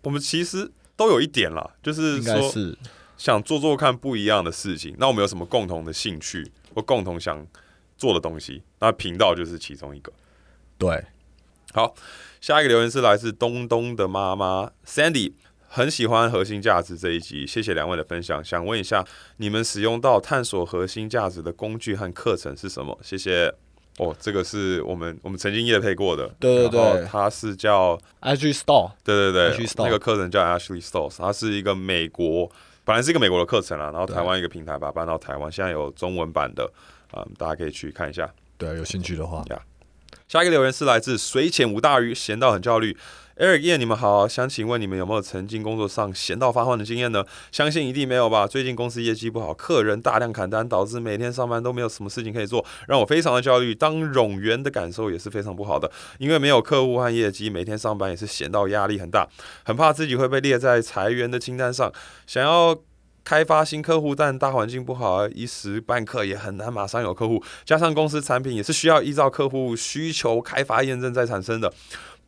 Speaker 2: 我们其实都有一点啦，就是
Speaker 1: 应该
Speaker 2: 说
Speaker 1: 是
Speaker 2: 想做做看不一样的事情。那我们有什么共同的兴趣或共同想做的东西？那频道就是其中一个。
Speaker 1: 对，
Speaker 2: 好，下一个留言是来自东东的妈妈 Sandy，很喜欢核心价值这一集，谢谢两位的分享。想问一下，你们使用到探索核心价值的工具和课程是什么？谢谢。哦，这个是我们我们曾经业配过的，
Speaker 1: 对对对
Speaker 2: 然后它是叫
Speaker 1: IG Store
Speaker 2: 对对
Speaker 1: Ashley
Speaker 2: 对
Speaker 1: Stowe
Speaker 2: 那个课程叫 Ashley Stowe，它是一个美国，本来是一个美国的课程啊啦，然后台湾一个平台把它搬到台湾，现在有中文版的，啊、大家可以去看一下。
Speaker 1: 对，有兴趣的话，
Speaker 2: 下一个留言是来自水浅无大鱼，闲到很焦虑。Eric 叶，你们好，想请问你们有没有曾经工作上闲到发慌的经验呢？相信一定没有吧。最近公司业绩不好，客人大量砍单，导致每天上班都没有什么事情可以做，让我非常的焦虑。当冗员的感受也是非常不好的，因为没有客户和业绩，每天上班也是闲到压力很大，很怕自己会被列在裁员的清单上，想要。开发新客户，但大环境不好，一时半刻也很难马上有客户。加上公司产品也是需要依照客户需求开发验证再产生的，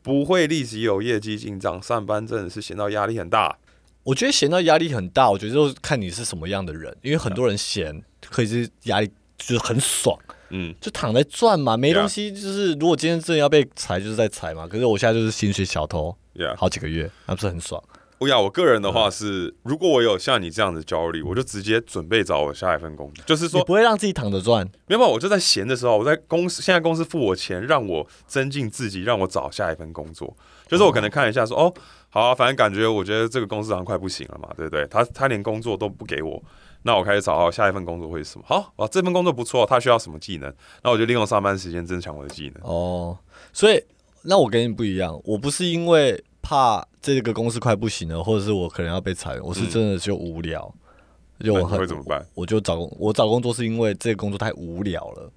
Speaker 2: 不会立即有业绩进账。上班真的是闲到压力很大。
Speaker 1: 我觉得闲到压力很大，我觉得就是看你是什么样的人，因为很多人闲可以是压力就是很爽，
Speaker 2: 嗯，
Speaker 1: 就躺在赚嘛，没
Speaker 2: Yeah
Speaker 1: 东西。就是如果今天真的要被裁，就是在裁嘛。可是我现在就是薪水小偷，
Speaker 2: 嗯 Yeah 嗯
Speaker 1: 好几个月，那不是很爽？
Speaker 2: 我呀，我个人的话是，如果我有像你这样的焦虑，我就直接准备找我下一份工作。就是
Speaker 1: 你
Speaker 2: 说，
Speaker 1: 不会让自己躺着赚。
Speaker 2: 没有，我就在闲的时候，我在公司，现在公司付我钱，让我增进自己，让我找下一份工作。就是我可能看一下说，哦，好啊、反正感觉我觉得这个公司好像快不行了嘛，对不对？他他连工作都不给我，那我开始找好下一份工作会是什么？好，哇，这份工作不错，他需要什么技能？那我就利用上班时间增强我的技能。
Speaker 1: 哦，所以那我跟你不一样，我不是因为怕这个公司快不行了，或者是我可能要被裁员，我是真的就无聊，就
Speaker 2: 那
Speaker 1: 我
Speaker 2: 你
Speaker 1: 很
Speaker 2: 会怎么办？
Speaker 1: 我就找工，我找工作是因为这个工作太无聊了，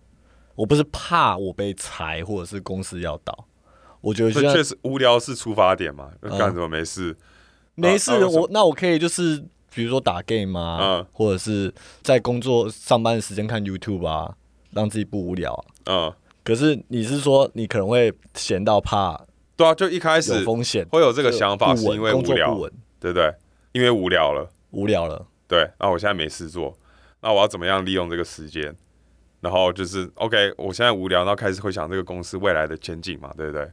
Speaker 1: 我不是怕我被裁或者是公司要倒，我觉得就
Speaker 2: 这确
Speaker 1: 像
Speaker 2: 实无聊是出发点嘛，
Speaker 1: 嗯
Speaker 2: 干什么没事？
Speaker 1: 没事，
Speaker 2: 啊啊
Speaker 1: 我那我可以就是比如说打 game 啊，
Speaker 2: 嗯
Speaker 1: 或者是在工作上班的时间看 YouTube 啊，让自己不无聊啊。
Speaker 2: 嗯，
Speaker 1: 可是你是说你可能会闲到怕
Speaker 2: 对啊，就一开始
Speaker 1: 有风险，
Speaker 2: 会有这个想法，
Speaker 1: 不
Speaker 2: 是
Speaker 1: 稳
Speaker 2: 因为
Speaker 1: 工
Speaker 2: 无
Speaker 1: 作
Speaker 2: 聊
Speaker 1: 不，稳，
Speaker 2: 对不对？因为无聊了。
Speaker 1: 无聊了。
Speaker 2: 对，那我现在没事做，那我要怎么样利用这个时间？然后就是 OK，我现在无聊，然后开始会想这个公司未来的前景嘛，对不对？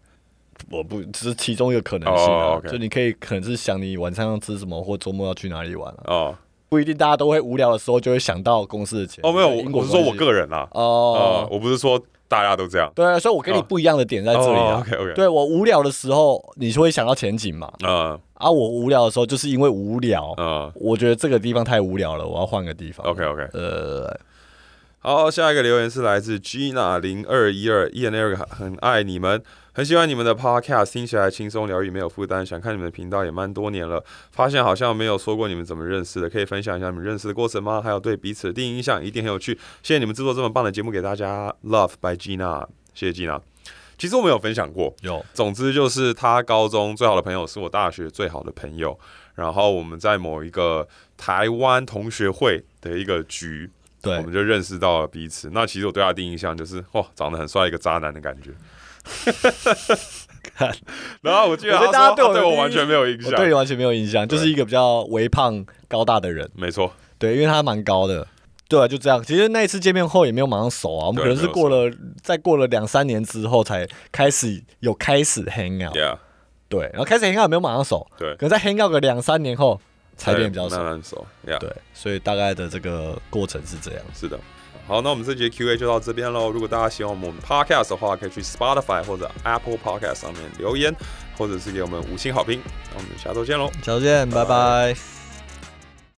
Speaker 1: 我不，这是其中一个可能性啊。
Speaker 2: 哦，OK
Speaker 1: 就你可以可能是想你晚上要吃什么，或周末要去哪里玩啊。
Speaker 2: 哦
Speaker 1: 不一定大家都会无聊的时候就会想到公司的钱。
Speaker 2: 哦，没有，
Speaker 1: 因
Speaker 2: 我
Speaker 1: 果
Speaker 2: 我是说
Speaker 1: 关系
Speaker 2: 我个人啦，呃
Speaker 1: 哦，
Speaker 2: 我不是说大家都这样，
Speaker 1: 对，啊所以我跟你不一样的点在这里啊。
Speaker 2: 哦，OK，OK
Speaker 1: 对我无聊的时候，你就会想到前景嘛。
Speaker 2: 嗯
Speaker 1: 啊，我无聊的时候就是因为无聊，
Speaker 2: 嗯
Speaker 1: 我觉得这个地方太无聊了，我要换个地方。
Speaker 2: ，OK OK，
Speaker 1: 呃，
Speaker 2: 好，下一个留言是来自 Gina 零二一二 e n Eric 很爱你们，很喜欢你们的 Podcast，听起来轻松疗愈，没有负担。想看你们的频道也蛮多年了，发现好像没有说过你们怎么认识的，可以分享一下你们认识的过程吗？还有对彼此的第一印象，一定很有趣。谢谢你们制作这么棒的节目给大家，Love by Gina，谢谢 Gina。其实我们有分享过，
Speaker 1: 有
Speaker 2: 总之就是他高中最好的朋友是我大学最好的朋友，然后我们在某一个台湾同学会的一个局，我
Speaker 1: 对
Speaker 2: 们，就认识到了彼此。那其实我对他的第一印象就是，哇，长得很帅，一个渣男的感觉。
Speaker 1: 看
Speaker 2: 然后我记得
Speaker 1: 我觉
Speaker 2: 他说
Speaker 1: 得大家对
Speaker 2: 他
Speaker 1: 我的
Speaker 2: 对
Speaker 1: 第
Speaker 2: 我
Speaker 1: 一
Speaker 2: 完全没有印
Speaker 1: 我
Speaker 2: 象，
Speaker 1: 对你完全没有印象，就是一个比较微胖高大的人，
Speaker 2: 没错，
Speaker 1: 对，因为他蛮高的。对啊，就这样。其实那一次见面后也没有马上熟啊，我们
Speaker 2: 对
Speaker 1: 可能
Speaker 2: 没
Speaker 1: 是
Speaker 2: 有
Speaker 1: 过了，再过了两三年之后才开始有开始 hang out。
Speaker 2: ，Yeah，
Speaker 1: 对，然后开始 hang out 也没有马上熟，
Speaker 2: 对，
Speaker 1: 可能在 hang out 个两三年后才变比较熟
Speaker 2: 慢。慢熟，Yeah，
Speaker 1: 对，所以大概的这个过程是这样。
Speaker 2: 是的。好，那我们这节 Q&A 就到这边喽。如果大家喜欢我们 Podcast 的话，可以去 Spotify 或者 Apple Podcast 上面留言，或者是给我们五星好评。那我们下周见喽。
Speaker 1: 再见，拜
Speaker 2: 拜
Speaker 1: 拜